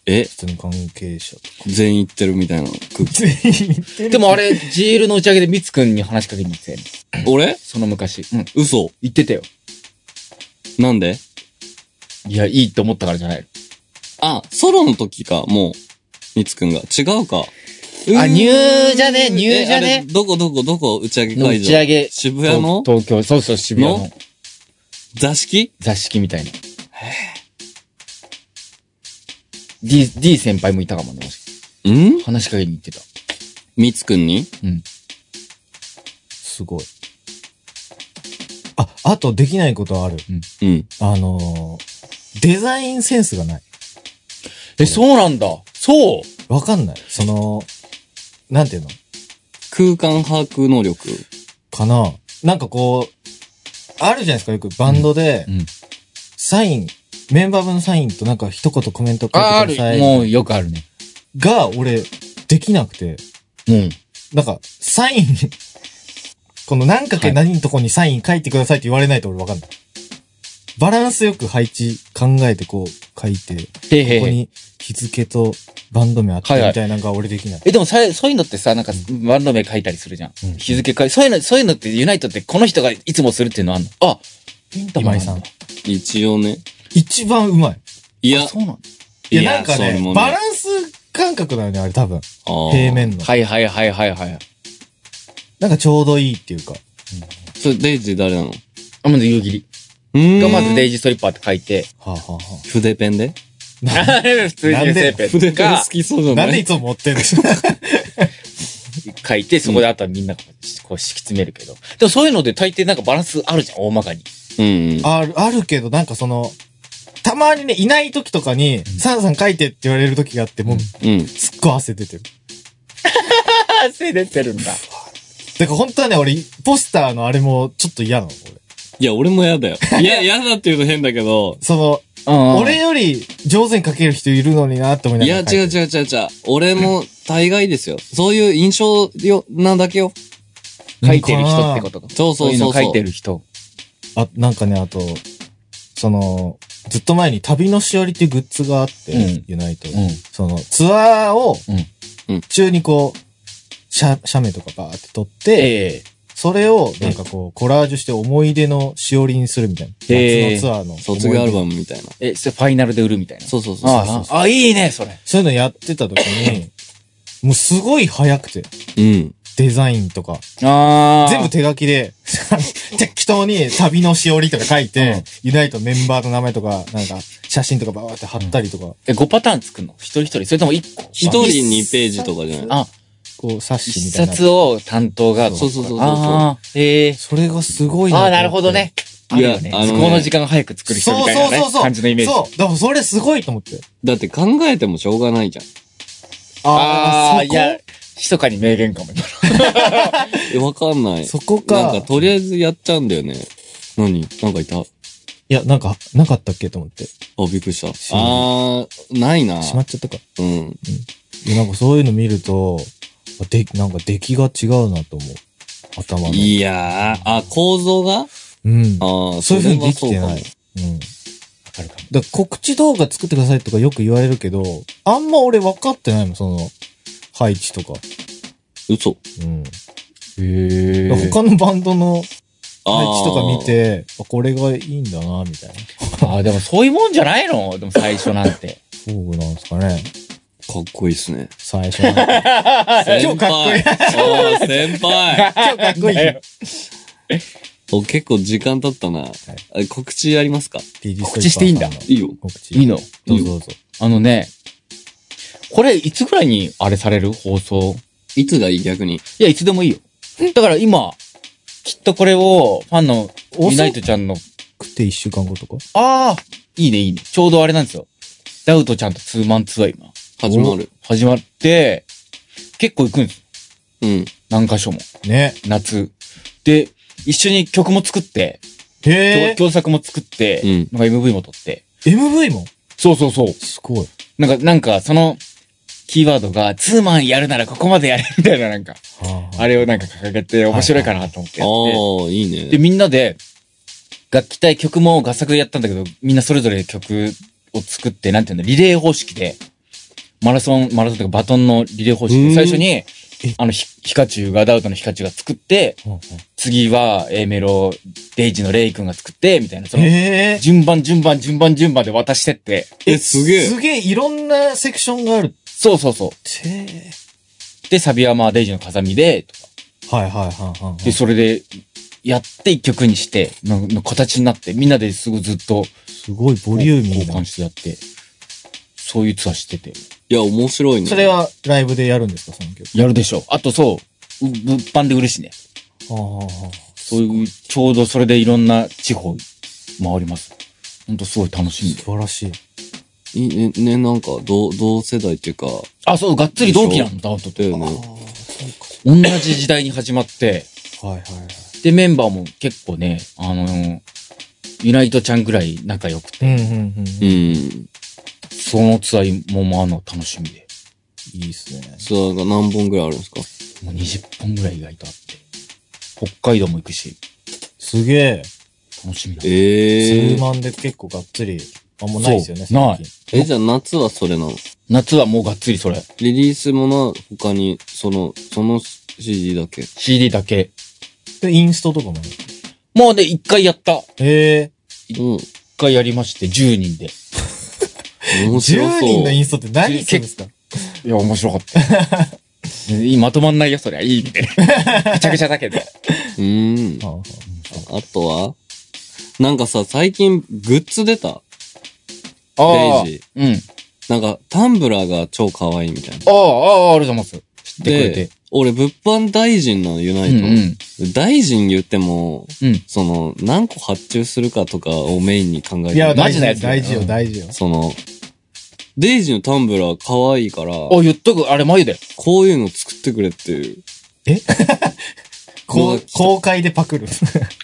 [SPEAKER 2] え、
[SPEAKER 3] 普通に関係者とか。
[SPEAKER 2] 全員行ってるみたいな空気。
[SPEAKER 3] 全員言ってる。
[SPEAKER 4] でもあれ、ジールの打ち上げでミツくんに話しかけに行ってたよね、
[SPEAKER 2] 俺
[SPEAKER 4] その昔。うん。
[SPEAKER 2] 嘘
[SPEAKER 4] 言ってたよ。
[SPEAKER 2] なんで
[SPEAKER 4] いや、いいって思ったからじゃない。
[SPEAKER 2] あ、ソロの時か、もう、みつくんが。違うか。
[SPEAKER 4] あ
[SPEAKER 2] うーん
[SPEAKER 4] ニューじゃねニューじゃね
[SPEAKER 2] えあれどこどこどこ打ち上げ会場。
[SPEAKER 4] の打ち上げ
[SPEAKER 2] 渋谷の
[SPEAKER 4] 東京、そうそう、渋谷の
[SPEAKER 2] の座敷
[SPEAKER 4] 座敷みたいな。D、D 先輩もいたかもね。もし
[SPEAKER 2] ん
[SPEAKER 4] 話しかけに行ってた。
[SPEAKER 2] みつくんに
[SPEAKER 4] うん。
[SPEAKER 3] すごい。あ、あとできないことある。
[SPEAKER 2] うん。
[SPEAKER 3] あのー、デザインセンスがない。
[SPEAKER 4] え、そうなんだ。そう
[SPEAKER 3] わかんない。その、なんていうの
[SPEAKER 2] 空間把握能力。
[SPEAKER 3] かななんかこう、あるじゃないですか、よくバンドで、
[SPEAKER 4] うん。
[SPEAKER 3] サイン、メンバー分のサインとなんか一言コメント書いてく
[SPEAKER 4] あ、あ
[SPEAKER 3] だ
[SPEAKER 4] る
[SPEAKER 3] さ。い。
[SPEAKER 4] もうよくあるね。
[SPEAKER 3] が、俺、できなくて、
[SPEAKER 4] うん。
[SPEAKER 3] なんか、サイン、 この何かけ何のとこにサイン書いてくださいって言われないと俺わかんない。バランスよく配置考えてこう書いて、
[SPEAKER 4] へえへ
[SPEAKER 3] ここ
[SPEAKER 4] えへえ。
[SPEAKER 3] に日付とバンド名あって
[SPEAKER 4] はいはい
[SPEAKER 3] みたいなのが俺できない。
[SPEAKER 4] え、でもさ、そういうのってさ、なんか、バンド名書いたりするじゃん。
[SPEAKER 3] うん
[SPEAKER 4] 日付書いそういうの、そういうのってユナイトってこの人がいつもするっていうのあんのあ、ピンタマンなんだ。
[SPEAKER 2] 一応ね。
[SPEAKER 3] 一番うまい。
[SPEAKER 2] い
[SPEAKER 4] あ
[SPEAKER 2] や、
[SPEAKER 4] そうなんだ。
[SPEAKER 3] いや、なんか
[SPEAKER 2] それ
[SPEAKER 3] ね
[SPEAKER 2] も
[SPEAKER 3] バランス感覚だよね、あれ多分。
[SPEAKER 2] あー
[SPEAKER 3] 平面の。
[SPEAKER 4] はいはいはいはいはい。
[SPEAKER 3] なんかちょうどいいっていうか。
[SPEAKER 2] それ、デイジー誰なのう
[SPEAKER 4] あ、まず夕霧。
[SPEAKER 2] ー
[SPEAKER 4] が
[SPEAKER 2] ん。
[SPEAKER 4] まずデイジーストリッパーって書い て、
[SPEAKER 3] はあ、はあは
[SPEAKER 2] 筆ペンで
[SPEAKER 4] 普通に油性ペ
[SPEAKER 2] 筆
[SPEAKER 4] ン
[SPEAKER 2] ペン
[SPEAKER 4] が
[SPEAKER 2] 好きそうじ
[SPEAKER 3] あ、
[SPEAKER 2] ゃな
[SPEAKER 3] ないんでいつも持ってん の
[SPEAKER 4] 書いて、そこであとはみんなこうこう敷き詰めるけど。でも そういうので大抵なんかバランスあるじゃん、大まかに。
[SPEAKER 2] うんうん。
[SPEAKER 3] ある、あるけど、なんかその、たまにね、いない時とかに、サナさん書いてって言われる時があって、もう、
[SPEAKER 2] うん。
[SPEAKER 3] すっごい汗出てる。
[SPEAKER 4] 汗出てるんだ。
[SPEAKER 3] だから本当はね、俺、ポスターのあれもちょっと嫌なの、俺。
[SPEAKER 2] いや、俺も嫌だよ。いや、嫌だって言うと変だけど、
[SPEAKER 3] その、
[SPEAKER 4] うん。
[SPEAKER 3] 俺より上手に書ける人いるのになって思いないが
[SPEAKER 2] や、
[SPEAKER 3] ら。
[SPEAKER 2] 違う
[SPEAKER 3] う。
[SPEAKER 2] 違う違う違う。俺も大概ですよ。そういう印象よ、なだけよ。
[SPEAKER 4] 書いてる人ってことか。
[SPEAKER 2] そうそうそうそう
[SPEAKER 4] いうの書いてる人。
[SPEAKER 3] あ、なんかね、あと、その、ずっと前に旅のしおりっていうグッズがあって、
[SPEAKER 4] うん
[SPEAKER 3] ユナイト。
[SPEAKER 4] うん。
[SPEAKER 3] その、ツアーを
[SPEAKER 4] うん、
[SPEAKER 2] うん
[SPEAKER 3] 中にこう、写、写メとかバーって撮って、
[SPEAKER 4] え
[SPEAKER 3] それをなんかこう、コラージュして思い出のしおりにするみたいな。
[SPEAKER 4] ええ
[SPEAKER 3] 夏のツアーの。
[SPEAKER 2] 卒業アル
[SPEAKER 3] ム。
[SPEAKER 2] バムみたいな。
[SPEAKER 4] え。え、それファイナルで売るみたいな。
[SPEAKER 2] そうそうそう
[SPEAKER 4] あ
[SPEAKER 2] そ
[SPEAKER 4] あ、あいいね、それ。
[SPEAKER 3] そういうのやってた 時に、もうすごい早くて、
[SPEAKER 2] う。うん。
[SPEAKER 3] デザインとか。
[SPEAKER 4] ああ。
[SPEAKER 3] 全部手書きで、 適当に旅のしおりとか書いて、ユナイトメンバーの名前とか、なんか、写真とかバーって貼ったりとか、
[SPEAKER 4] え、5パターン作るの一人一人それとも1個
[SPEAKER 2] 一人2ページとかじゃない
[SPEAKER 4] あ、
[SPEAKER 3] こう、冊子
[SPEAKER 4] 一
[SPEAKER 3] みたいな。
[SPEAKER 4] 冊を担当が。
[SPEAKER 2] そうそうそうそう
[SPEAKER 4] ああ、ええ。
[SPEAKER 3] それがすごい
[SPEAKER 4] あ
[SPEAKER 3] と思っ
[SPEAKER 4] あ、
[SPEAKER 3] て
[SPEAKER 4] なるほどね。あるよね。
[SPEAKER 2] いやあのね
[SPEAKER 4] そこの時間を早く作る人み
[SPEAKER 3] そう
[SPEAKER 4] たいな
[SPEAKER 3] そう
[SPEAKER 4] ね。
[SPEAKER 3] そうそう。
[SPEAKER 4] 感じのイメージ。
[SPEAKER 3] そう。だからそれすごいと思って。
[SPEAKER 2] だって考えてもしょうがないじゃん。
[SPEAKER 4] ああ、
[SPEAKER 3] ー
[SPEAKER 4] いや、密かに名言かも。
[SPEAKER 2] え、わかんない。
[SPEAKER 3] そこ
[SPEAKER 2] な
[SPEAKER 3] か。
[SPEAKER 2] んかとりあえずやっちゃうんだよね。何なんかいたあ、
[SPEAKER 3] いや、なんか、なかったっけと思って。し
[SPEAKER 2] びっくりした。あー、ないな。
[SPEAKER 3] まっちゃったか。
[SPEAKER 2] うん。
[SPEAKER 3] いやなんかそういうの見ると、あで、なんか出来が違うなと思う。頭の。
[SPEAKER 2] いやー、あ、構造が
[SPEAKER 3] うん。
[SPEAKER 2] ああ、
[SPEAKER 3] そういう
[SPEAKER 2] れ
[SPEAKER 3] 風に
[SPEAKER 2] は
[SPEAKER 3] でき
[SPEAKER 2] そ
[SPEAKER 3] て
[SPEAKER 2] うかも
[SPEAKER 3] ない。うん。
[SPEAKER 4] わかるかも。
[SPEAKER 3] だから告知動画作ってくださいとかよく言われるけど、あんま俺分かってないもん、その、配置とか。
[SPEAKER 2] 嘘。
[SPEAKER 3] うん。
[SPEAKER 4] へ
[SPEAKER 3] だから他のバンドの配置とか見
[SPEAKER 2] あー。
[SPEAKER 3] て、あこれがいいんだな、みたいな。
[SPEAKER 4] ああ、でもそういうもんじゃないのでも最初なんて。
[SPEAKER 3] そうなんですかね。
[SPEAKER 2] かっこいいっすね。
[SPEAKER 3] 最初 なんか今日かっこいい
[SPEAKER 2] 先輩。あー先輩。
[SPEAKER 3] 今日かっこいい。
[SPEAKER 2] お結構時間経ったな。あ告知ありますか
[SPEAKER 3] TG
[SPEAKER 4] 告知していいんだ
[SPEAKER 3] スーパーさ
[SPEAKER 2] いいよ
[SPEAKER 3] の。告知。
[SPEAKER 4] いいの
[SPEAKER 3] どうぞどうぞ。
[SPEAKER 4] あのね、これいつぐらいにあれされる放送
[SPEAKER 2] いつがいい逆に。
[SPEAKER 4] いや、いつでもいいよ。だから今、きっとこれをファンのユナイトちゃんの、
[SPEAKER 3] 食って一週間後とか
[SPEAKER 4] ああ、いいねいいね。ちょうどあれなんですよ。ダウトちゃんとツーマンツアー今、
[SPEAKER 2] 始まる。
[SPEAKER 4] 始まって、結構行くんです。
[SPEAKER 2] うん。
[SPEAKER 4] 何箇所も。
[SPEAKER 3] ね。
[SPEAKER 4] 夏。で、一緒に曲も作って、
[SPEAKER 3] へ
[SPEAKER 4] 共
[SPEAKER 3] え。
[SPEAKER 4] 共作も作って、
[SPEAKER 2] うん
[SPEAKER 4] なんか MV も撮って。
[SPEAKER 3] MV も
[SPEAKER 4] そうそうそう。
[SPEAKER 3] すごい。
[SPEAKER 4] なんか、なんか、その、キーワードが、ツーマンやるならここまでやれ、みたいな、なんか、
[SPEAKER 3] はあ
[SPEAKER 4] あれをなんか掲げて面白いかなと思って
[SPEAKER 2] あ
[SPEAKER 4] やっ
[SPEAKER 2] あ、いい
[SPEAKER 4] て。
[SPEAKER 2] ね。
[SPEAKER 4] で、みんなで、楽器隊曲も合作でやったんだけど、みんなそれぞれ曲を作って、なんていうの、リレー方式で、マラソン、マラソンというかバトンのリレー方式
[SPEAKER 2] う
[SPEAKER 4] で、
[SPEAKER 2] ん
[SPEAKER 4] 最初に、あの、ヒヒカチュウが、ダウトのヒカチュウが作って、次は、A メロ、デイジのレイ君が作って、みたいな、その、
[SPEAKER 3] へえ。
[SPEAKER 4] 順番順番順番順番で渡してって、
[SPEAKER 2] え、すげえ
[SPEAKER 3] す。げえ、いろんなセクションがあるっ
[SPEAKER 4] そうそうそう。
[SPEAKER 3] て。
[SPEAKER 4] で、サビはまあ、デイジの風見で、とか。
[SPEAKER 3] はいはいはいはいはい。
[SPEAKER 4] で、それで、やって一曲にして、の、の形になって、みんなですごいずっと、
[SPEAKER 3] すごいボリューミー
[SPEAKER 4] 交
[SPEAKER 3] な
[SPEAKER 4] 換。してやって、そういうツアーしてて。
[SPEAKER 2] いや、面白いね。
[SPEAKER 3] それはライブでやるんですか、その曲。
[SPEAKER 4] やるでしょ。あとそう、う物販で売るしね。
[SPEAKER 3] ああ。
[SPEAKER 4] そういう、ちょうどそれでいろんな地方回ります。ほんとすごい楽しみで
[SPEAKER 3] 素。晴らしい。
[SPEAKER 2] いね、ね、なんか、同、同世代っていうか、
[SPEAKER 4] あ、そう、がっつり同期なの、ダウンと
[SPEAKER 2] だ
[SPEAKER 4] って。
[SPEAKER 2] よね。
[SPEAKER 4] 同じ時代に始まって、
[SPEAKER 3] はいはいはい。
[SPEAKER 4] で、メンバーも結構ね、あのーユナイトちゃんぐらい仲良く
[SPEAKER 3] う
[SPEAKER 4] て、
[SPEAKER 3] んうんうん。
[SPEAKER 2] う
[SPEAKER 3] い
[SPEAKER 2] ん。
[SPEAKER 4] そのツアーも回るの楽しみで。
[SPEAKER 3] いっすね。
[SPEAKER 2] ツアーが何本ぐらいあるんですか
[SPEAKER 4] もう20本ぐらい意外とあって。北海道も行くし、
[SPEAKER 3] すげえ。
[SPEAKER 4] 楽しみだ。
[SPEAKER 2] ええ
[SPEAKER 3] 数万で結構がっつり。あ、もうないですよね、
[SPEAKER 4] そうない
[SPEAKER 3] 最近。
[SPEAKER 2] え、じゃあ夏はそれなの
[SPEAKER 4] 夏はもうがっつりそれ。
[SPEAKER 2] リリースものは他に、その、その CD だけ。
[SPEAKER 4] CD だけ。
[SPEAKER 3] で、インストとかもある。
[SPEAKER 4] もうね、一回やった。
[SPEAKER 3] ええ
[SPEAKER 2] うん。
[SPEAKER 4] 一回やりまして、10人で。
[SPEAKER 2] 面白そう。
[SPEAKER 3] 10人のインストって何するんですか
[SPEAKER 4] いや、面白かった。 いいまとまんないよ、そりゃ。い いみたいな。ぐちゃぐちゃだけど。
[SPEAKER 2] うーん。
[SPEAKER 3] ああ
[SPEAKER 2] ああとはなんかさ、最近グッズ出た
[SPEAKER 4] ああ。
[SPEAKER 2] デイジ
[SPEAKER 4] うん。
[SPEAKER 2] なんか、タンブラーが超可愛いみたいな。
[SPEAKER 4] ああ、ああ、ありがとうございます。
[SPEAKER 3] ってくれて。
[SPEAKER 2] 俺、物販大臣なの、ユナイ
[SPEAKER 4] うん
[SPEAKER 2] ト。
[SPEAKER 4] うん。
[SPEAKER 2] 大臣言っても、
[SPEAKER 4] うん。
[SPEAKER 2] その、何個発注するかとかをメインに考えてる。
[SPEAKER 3] いや、
[SPEAKER 4] マ
[SPEAKER 3] 大
[SPEAKER 4] ジ
[SPEAKER 3] 事
[SPEAKER 4] な
[SPEAKER 3] な
[SPEAKER 4] や
[SPEAKER 3] や
[SPEAKER 4] つ
[SPEAKER 3] つ。
[SPEAKER 4] だよ
[SPEAKER 3] 大事よ、大 事よ。
[SPEAKER 2] その、デイジーのタンブラー可愛いから、
[SPEAKER 4] あ、言っとく。あれ、眉だよ。
[SPEAKER 2] こういうの作ってくれっていう。
[SPEAKER 3] こう公開でパクる。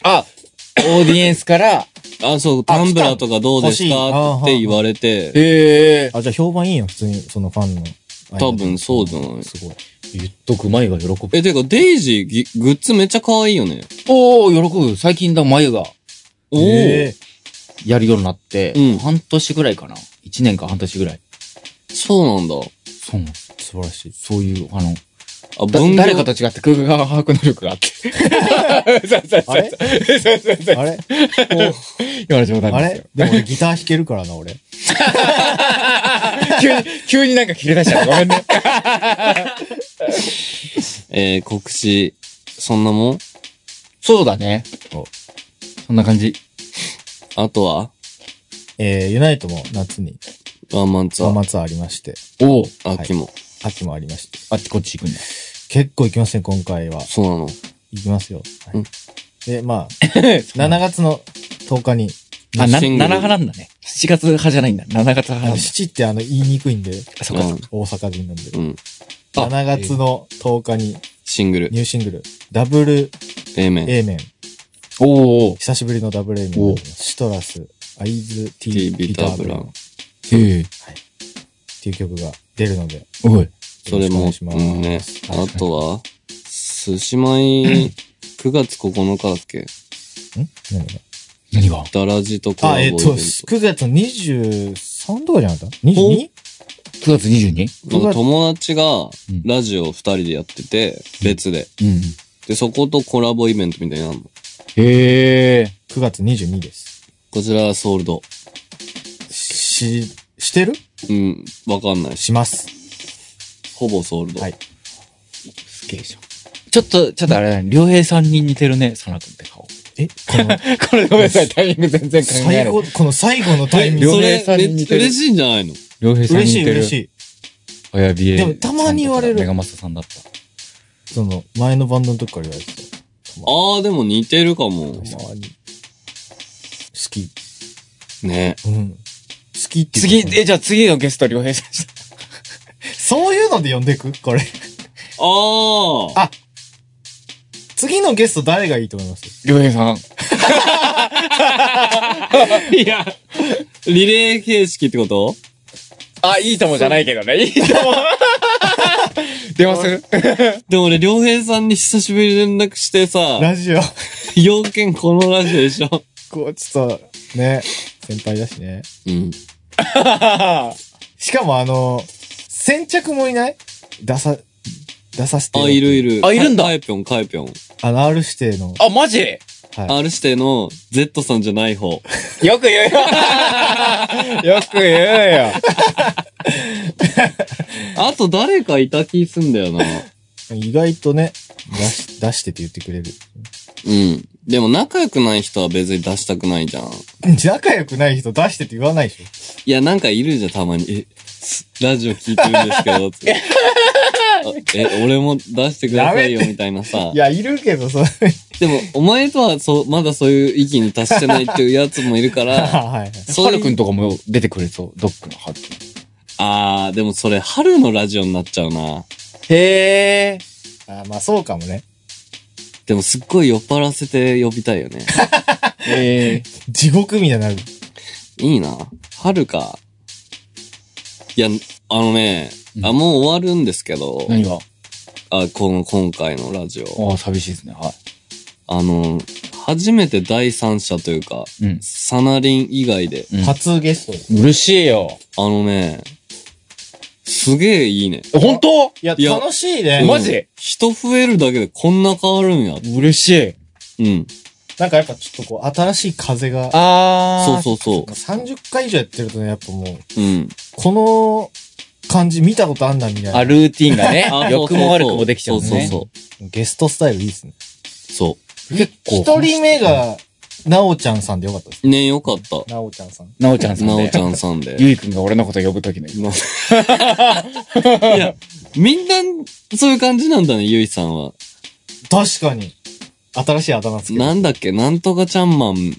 [SPEAKER 4] あ、オーディエンスから、
[SPEAKER 2] あ、そう、タンブラーとかどうです
[SPEAKER 3] 欲しいあ
[SPEAKER 2] かって言われて、
[SPEAKER 4] ええ
[SPEAKER 3] あ、じゃあ評判いいよ、普通に、そのファンの間で。
[SPEAKER 2] 多分そうじゃない
[SPEAKER 3] すごい。
[SPEAKER 4] 言っとく、眉が喜ぶ。
[SPEAKER 2] え、てか、デイジーぎ、グッズめっちゃ可愛いよね。
[SPEAKER 4] おー、喜ぶ。最近だ、眉が
[SPEAKER 2] おお、
[SPEAKER 3] えー
[SPEAKER 4] やるようになって、
[SPEAKER 2] うん
[SPEAKER 4] 半年ぐらいかな。一年か半年ぐらい。
[SPEAKER 2] そうなんだ。
[SPEAKER 4] そうなの
[SPEAKER 3] 素晴らしい。
[SPEAKER 4] そういう、あの、
[SPEAKER 2] あ、
[SPEAKER 4] だ
[SPEAKER 2] 文具
[SPEAKER 4] 誰かと違って空間把握能力があって。 そうそう
[SPEAKER 3] あ
[SPEAKER 4] そう
[SPEAKER 3] れ
[SPEAKER 4] そう。そうそうそう。
[SPEAKER 3] あれ
[SPEAKER 4] 今の冗談
[SPEAKER 3] あ
[SPEAKER 4] ですよ
[SPEAKER 3] れ。でも俺ギター弾けるからな、俺。
[SPEAKER 4] 急に、急になんか切れ出しちゃう。ごめんね。
[SPEAKER 2] えー、告知、そんなもん
[SPEAKER 4] そうだね。そんな感じ。
[SPEAKER 2] あとは
[SPEAKER 3] えー、ユナイトも夏に、
[SPEAKER 2] ワンマンツア
[SPEAKER 3] ツア
[SPEAKER 2] ー。
[SPEAKER 3] マツアーありまして、
[SPEAKER 4] おお
[SPEAKER 2] 秋も。
[SPEAKER 3] 秋もありまして。
[SPEAKER 4] あっちこっち行くんだ。
[SPEAKER 3] 結構行きますね、今回は。
[SPEAKER 2] そうなの。
[SPEAKER 3] 行きますよ。はい
[SPEAKER 2] うん
[SPEAKER 3] で、 まあ、7月の10日に、
[SPEAKER 4] あ、な、
[SPEAKER 2] シングル
[SPEAKER 4] 7派なんだね。7月派じゃないんだ。7月派
[SPEAKER 3] あ
[SPEAKER 4] なん
[SPEAKER 3] の、
[SPEAKER 4] だ。
[SPEAKER 3] 七ってあの、言いにくいんで、
[SPEAKER 4] あ、そっかそっか。
[SPEAKER 3] 大阪人なんで。
[SPEAKER 2] うん。うん。
[SPEAKER 4] あ
[SPEAKER 3] 7月の10日に、
[SPEAKER 2] シングル、
[SPEAKER 3] ニューシングル、ダブル
[SPEAKER 2] A 面、
[SPEAKER 3] A 面、
[SPEAKER 4] おお
[SPEAKER 3] 久しぶりのダブル A
[SPEAKER 4] おう
[SPEAKER 3] 面、シトラス、アイズ・ティ
[SPEAKER 2] T
[SPEAKER 3] ー・
[SPEAKER 2] ビ
[SPEAKER 3] ビ
[SPEAKER 2] タ
[SPEAKER 3] タ
[SPEAKER 2] ー
[SPEAKER 3] ー
[SPEAKER 2] ブ
[SPEAKER 3] ブ
[SPEAKER 2] ラ
[SPEAKER 3] ラ
[SPEAKER 2] ウン
[SPEAKER 3] ウンっ
[SPEAKER 4] ええ。
[SPEAKER 3] ていう曲が出るので、よ
[SPEAKER 4] おい。
[SPEAKER 2] そ
[SPEAKER 3] ろ
[SPEAKER 2] れ
[SPEAKER 3] しくお願
[SPEAKER 2] も
[SPEAKER 3] い、し
[SPEAKER 2] う
[SPEAKER 3] ま
[SPEAKER 2] んね。
[SPEAKER 3] す。
[SPEAKER 2] あとは、寿司米、9月9日だっけ
[SPEAKER 3] ん何が
[SPEAKER 4] 何が
[SPEAKER 2] ダラジとコラボ
[SPEAKER 3] あ、
[SPEAKER 2] イ
[SPEAKER 3] え
[SPEAKER 2] ベ
[SPEAKER 3] っ
[SPEAKER 2] ン
[SPEAKER 3] と、
[SPEAKER 2] ト。
[SPEAKER 3] 9月23とかじゃなかった ?22?
[SPEAKER 4] ?9 月 22?
[SPEAKER 3] 9月
[SPEAKER 2] 友達が
[SPEAKER 4] ん
[SPEAKER 2] ラジオ二人でやってて、別で。
[SPEAKER 4] うん。
[SPEAKER 2] で、そことコラボイベントみたいなのあんの。
[SPEAKER 4] へえ。
[SPEAKER 3] 9月22です。
[SPEAKER 2] こちらはソールド。
[SPEAKER 3] し、してる
[SPEAKER 2] うん、わかんないし。
[SPEAKER 3] します。
[SPEAKER 2] ほぼソールド。
[SPEAKER 3] はい。
[SPEAKER 4] すげえじゃん。ちょっと、ちょっとあれだね。良平さんに似てるね、サナ君って顔。
[SPEAKER 3] え、この、
[SPEAKER 4] こ れごめんなさい、タイミング全然考え
[SPEAKER 3] 最
[SPEAKER 4] ない
[SPEAKER 3] 後、。この最後のタイミン
[SPEAKER 4] 両
[SPEAKER 3] グ。
[SPEAKER 2] それ
[SPEAKER 4] 洋平さんに
[SPEAKER 2] めっ
[SPEAKER 4] 似
[SPEAKER 2] ちゃ
[SPEAKER 4] てる
[SPEAKER 2] 嬉しいんじゃないの
[SPEAKER 4] 良平さん
[SPEAKER 3] 嬉
[SPEAKER 4] に
[SPEAKER 3] し
[SPEAKER 4] 似
[SPEAKER 3] い
[SPEAKER 4] てる。
[SPEAKER 3] 嬉しい。
[SPEAKER 4] あやびえ。
[SPEAKER 3] でもたまに言われる
[SPEAKER 4] メガマスさんだった。
[SPEAKER 3] その、前のバンドの時から言われてた。
[SPEAKER 2] あー、でも似てるかも。
[SPEAKER 3] たまに。好き。
[SPEAKER 2] ね。
[SPEAKER 3] うん。好きって
[SPEAKER 4] 次
[SPEAKER 3] 言、う
[SPEAKER 4] え、じゃあ次のゲスト、良平さんした。
[SPEAKER 3] そういうので呼んでくこれ。
[SPEAKER 2] あー。
[SPEAKER 3] あ次のゲスト誰がいいと思います
[SPEAKER 4] 良平 さん。
[SPEAKER 2] いや、リレー形式ってこと
[SPEAKER 4] あ、いいともじゃないけどね。いいと も。電話す る
[SPEAKER 2] でも俺、良平さんに久しぶりに連絡してさ、
[SPEAKER 3] ラジオ。
[SPEAKER 2] 要件このラジオでしょ
[SPEAKER 3] こう、ちょっと、ね、先輩だしね。
[SPEAKER 2] うん。
[SPEAKER 3] しかもあの、先着もいない出さ、出させて
[SPEAKER 2] あ、
[SPEAKER 3] よ。
[SPEAKER 2] いるいる。
[SPEAKER 4] あいるんだ
[SPEAKER 2] カイピョン、カイピョン。
[SPEAKER 3] あの、R 指定の。
[SPEAKER 4] あ、マジ
[SPEAKER 3] はい。
[SPEAKER 2] R 指定の Z さんじゃない方。
[SPEAKER 4] よく言うよ。よく言うよ。
[SPEAKER 2] あと誰かいた気すんだ よな。
[SPEAKER 3] 意外とね、出し、出してって言ってくれる。
[SPEAKER 2] うん。でも仲良くない人は別に出したくないじゃん。
[SPEAKER 3] 仲良くない人出してって言わないでしょ。
[SPEAKER 2] いや、なんかいるじゃん、たまに。え、すラジオ聞いてるんですけ ど、つってあえ、俺も出してくださいよ、
[SPEAKER 3] やめて
[SPEAKER 2] みたいなさ
[SPEAKER 3] い。や、いるけど、そう。
[SPEAKER 2] でも、お前とは、そう、まだそういう域に達してないっていうやつもいるか ら、
[SPEAKER 3] はいはい。
[SPEAKER 2] そ
[SPEAKER 4] ハ
[SPEAKER 2] うい
[SPEAKER 4] ル
[SPEAKER 2] う
[SPEAKER 4] くんとかも出てくれそう。ドックのハルくん。
[SPEAKER 2] あー、でもそれ、春のラジオになっちゃうな。
[SPEAKER 4] へえ。
[SPEAKER 3] あまあ、そうかもね。
[SPEAKER 2] でも、すっごい酔っ払わせて呼びたい よね。
[SPEAKER 4] へえ。
[SPEAKER 3] 地獄みたいになる。
[SPEAKER 2] いいな。春か。いや、あのね、
[SPEAKER 4] う
[SPEAKER 2] あ、
[SPEAKER 4] ん
[SPEAKER 2] もう終わるんですけど、
[SPEAKER 4] 何が
[SPEAKER 2] あ、この、今回のラジオ。
[SPEAKER 4] ああ、寂しいですね。は
[SPEAKER 2] あの、初めて第三者というか、
[SPEAKER 4] い。うん。
[SPEAKER 2] サナリン以外で、
[SPEAKER 4] うん
[SPEAKER 3] 初ゲストで。
[SPEAKER 4] 嬉しいよ。
[SPEAKER 2] あのね、すげえいいね。
[SPEAKER 4] え本当
[SPEAKER 3] いや、
[SPEAKER 2] いや
[SPEAKER 3] 楽しいね。
[SPEAKER 4] マジ
[SPEAKER 2] 人増えるだけでこんな変わるんや。
[SPEAKER 4] 嬉しい。
[SPEAKER 2] うん。
[SPEAKER 3] なんかやっぱちょっとこう、新しい風が。
[SPEAKER 4] あ
[SPEAKER 2] そう
[SPEAKER 4] う。
[SPEAKER 2] そうそ
[SPEAKER 3] 30回以上やってるとね、やっぱもう、
[SPEAKER 2] う。うん。
[SPEAKER 3] この感じ見たことあんなみたいな。
[SPEAKER 4] あ、ルーティンがね
[SPEAKER 2] あ、
[SPEAKER 4] 良くも悪くもできちゃうんですね。
[SPEAKER 2] そうそう
[SPEAKER 3] ゲストスタイルいいっすね。
[SPEAKER 2] そう。そう。
[SPEAKER 4] 結構
[SPEAKER 3] 一人目がなおちゃんさんでよかったです。
[SPEAKER 2] ね、よかった。
[SPEAKER 3] なおちゃんさん。
[SPEAKER 4] なおちゃんさんで。
[SPEAKER 2] なおちゃんさんで。
[SPEAKER 4] ゆいくんが俺のこと呼ぶときの。
[SPEAKER 2] まあいや、みんな、そういう感じなんだね、ゆいさんは。
[SPEAKER 3] 確かに。新しいあだ名つけ
[SPEAKER 2] な
[SPEAKER 3] た。
[SPEAKER 2] んだっけ、なんとかちゃんマン。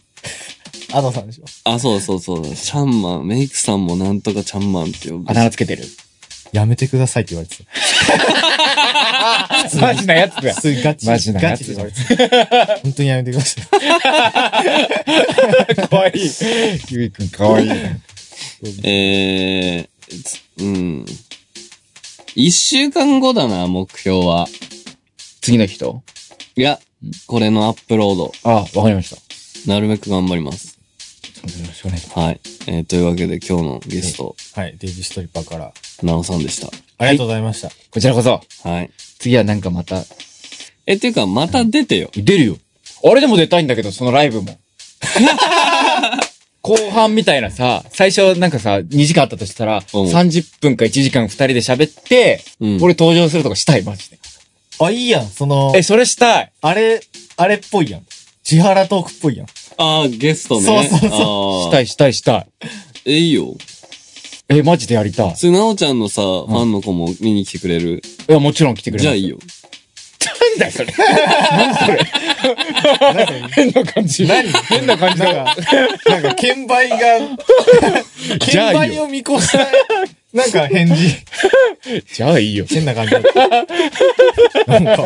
[SPEAKER 3] あださんでしょ。
[SPEAKER 2] あ、そうそうそう。ちゃんマン。メイクさんもなんとかちゃんマンって呼ぶ
[SPEAKER 4] あ。だ名つけてる。
[SPEAKER 3] やめてくださいって言われてた。
[SPEAKER 4] マジなやつだ
[SPEAKER 3] 普。通にガチ。
[SPEAKER 4] マジな
[SPEAKER 3] ガ
[SPEAKER 4] や
[SPEAKER 3] チ
[SPEAKER 4] つ
[SPEAKER 3] で
[SPEAKER 4] だ
[SPEAKER 3] 言われてた。本当にやめてください。
[SPEAKER 4] かわいい。ゆいくんかわいい。
[SPEAKER 2] えー、つうん。一週間後だな、目標は。
[SPEAKER 4] 次の人
[SPEAKER 2] いや、これのアップロード。
[SPEAKER 4] あ、わかりました。
[SPEAKER 2] なるべく頑張ります。
[SPEAKER 4] よろしくお願いしま
[SPEAKER 2] はい。えー、というわけで今日のゲスト、
[SPEAKER 3] はい。デイジーストリッパーから。
[SPEAKER 2] なおさんでし
[SPEAKER 3] ありがとうございました。
[SPEAKER 4] す。こちらこそ。
[SPEAKER 2] た。はい。
[SPEAKER 4] 次はなんかまた、
[SPEAKER 2] え、っていうか、また出てよ。
[SPEAKER 4] 出るよ。俺でも出たいんだけど、そのライブも。 後半みたいなさ、最初なんかさ、2時間あったとしたら、
[SPEAKER 2] うん
[SPEAKER 4] 30分か1時間2人で喋って、
[SPEAKER 2] うん。
[SPEAKER 4] 俺登場するとかしたい、マジで。
[SPEAKER 3] あ、いいやん。その
[SPEAKER 4] え、、それしたい。
[SPEAKER 3] あれ、あれっぽいやん。千原トークっぽいやん。
[SPEAKER 2] ああ、ゲストね。
[SPEAKER 3] そうそうそう
[SPEAKER 2] そ
[SPEAKER 4] したい、したい、したい。
[SPEAKER 2] え、いいよ。
[SPEAKER 4] え、マジでやりたい。
[SPEAKER 2] それ、なおちゃんのさ、ファンの子も見に来てくれる
[SPEAKER 4] いや、もちろん来てくれ
[SPEAKER 2] じゃあ
[SPEAKER 4] い。
[SPEAKER 2] いいよ。
[SPEAKER 4] なんだよ、そ れ。何それ。変な感じ。何変な感じだ
[SPEAKER 3] なんか、なんか、券売が、
[SPEAKER 4] じゃあ
[SPEAKER 3] 券
[SPEAKER 4] いいよ
[SPEAKER 3] 売を見越した、なんか返事、
[SPEAKER 4] じゃあいいよ。
[SPEAKER 3] 変な感じだった。なんか、なんか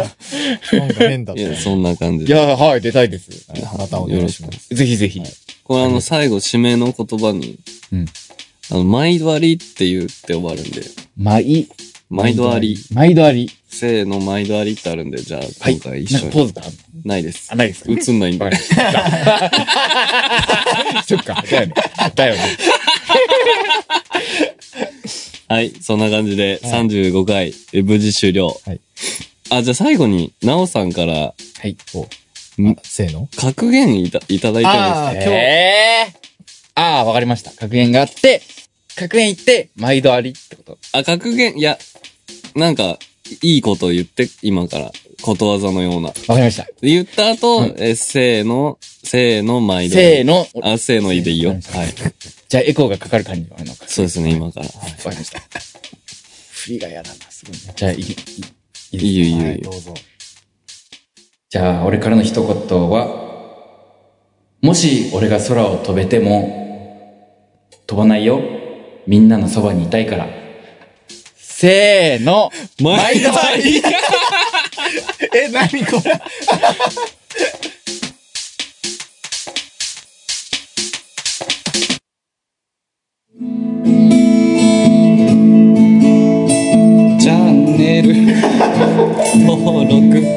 [SPEAKER 3] 変だっ
[SPEAKER 2] い
[SPEAKER 3] たよ
[SPEAKER 2] や、。そんな感じ
[SPEAKER 4] い
[SPEAKER 2] で。
[SPEAKER 4] や、はい、出たいです。
[SPEAKER 3] はいまたお願いします。
[SPEAKER 4] ぜひぜひ。
[SPEAKER 2] これあの、最後、締めの言葉に、
[SPEAKER 4] うん。
[SPEAKER 2] あの、毎度ありって言って終わるんで、
[SPEAKER 4] 毎
[SPEAKER 2] 毎度あり。。
[SPEAKER 4] 毎度あり。
[SPEAKER 2] せーの、毎度ありってあるんで、じゃあ、
[SPEAKER 4] はい。
[SPEAKER 2] 今回一緒
[SPEAKER 4] なんかポ
[SPEAKER 2] に。
[SPEAKER 4] ーズだ。
[SPEAKER 2] ないです
[SPEAKER 4] あ、。ない ですか
[SPEAKER 2] 映んないん
[SPEAKER 4] わ
[SPEAKER 2] で
[SPEAKER 4] かり。ました。そっか。だよね。だよね。
[SPEAKER 2] はい、そんな感じで、35回、え無事終了。
[SPEAKER 3] はい
[SPEAKER 2] あ、じゃあ最後に、なおさんから、
[SPEAKER 4] はい。
[SPEAKER 2] ん
[SPEAKER 3] せーの。
[SPEAKER 2] 格言いたいただいてま
[SPEAKER 3] あー今日
[SPEAKER 4] えー。ああ、わかりました。格言があって、格言行って、毎度ありってこと。
[SPEAKER 2] す。あ、格言、いや、なんか、いいことを言って、今から。ことわざのような。
[SPEAKER 4] わかりました。
[SPEAKER 2] 言った後、
[SPEAKER 4] はい
[SPEAKER 2] え、せーの、せーの、毎度。
[SPEAKER 4] せーの。
[SPEAKER 2] あ、せーの、いいでいいよ。
[SPEAKER 4] わ
[SPEAKER 2] は
[SPEAKER 4] かりました
[SPEAKER 2] い。
[SPEAKER 4] じゃあ、エコーがかかる感じがあるのか。
[SPEAKER 2] そうですね、今から。
[SPEAKER 4] わかりました。振りが嫌だな、すごいね。じゃあ、いい、いい
[SPEAKER 2] いいよ、いいよ
[SPEAKER 3] はいい、
[SPEAKER 2] いよ
[SPEAKER 3] ど。うぞ。
[SPEAKER 4] じゃあ、俺からの一言は、もし俺が空を飛べても、飛ばないよ。みんなのそばにいたいから。せーの。
[SPEAKER 2] 毎度あり
[SPEAKER 3] え、なにこれ
[SPEAKER 2] チャンネル登録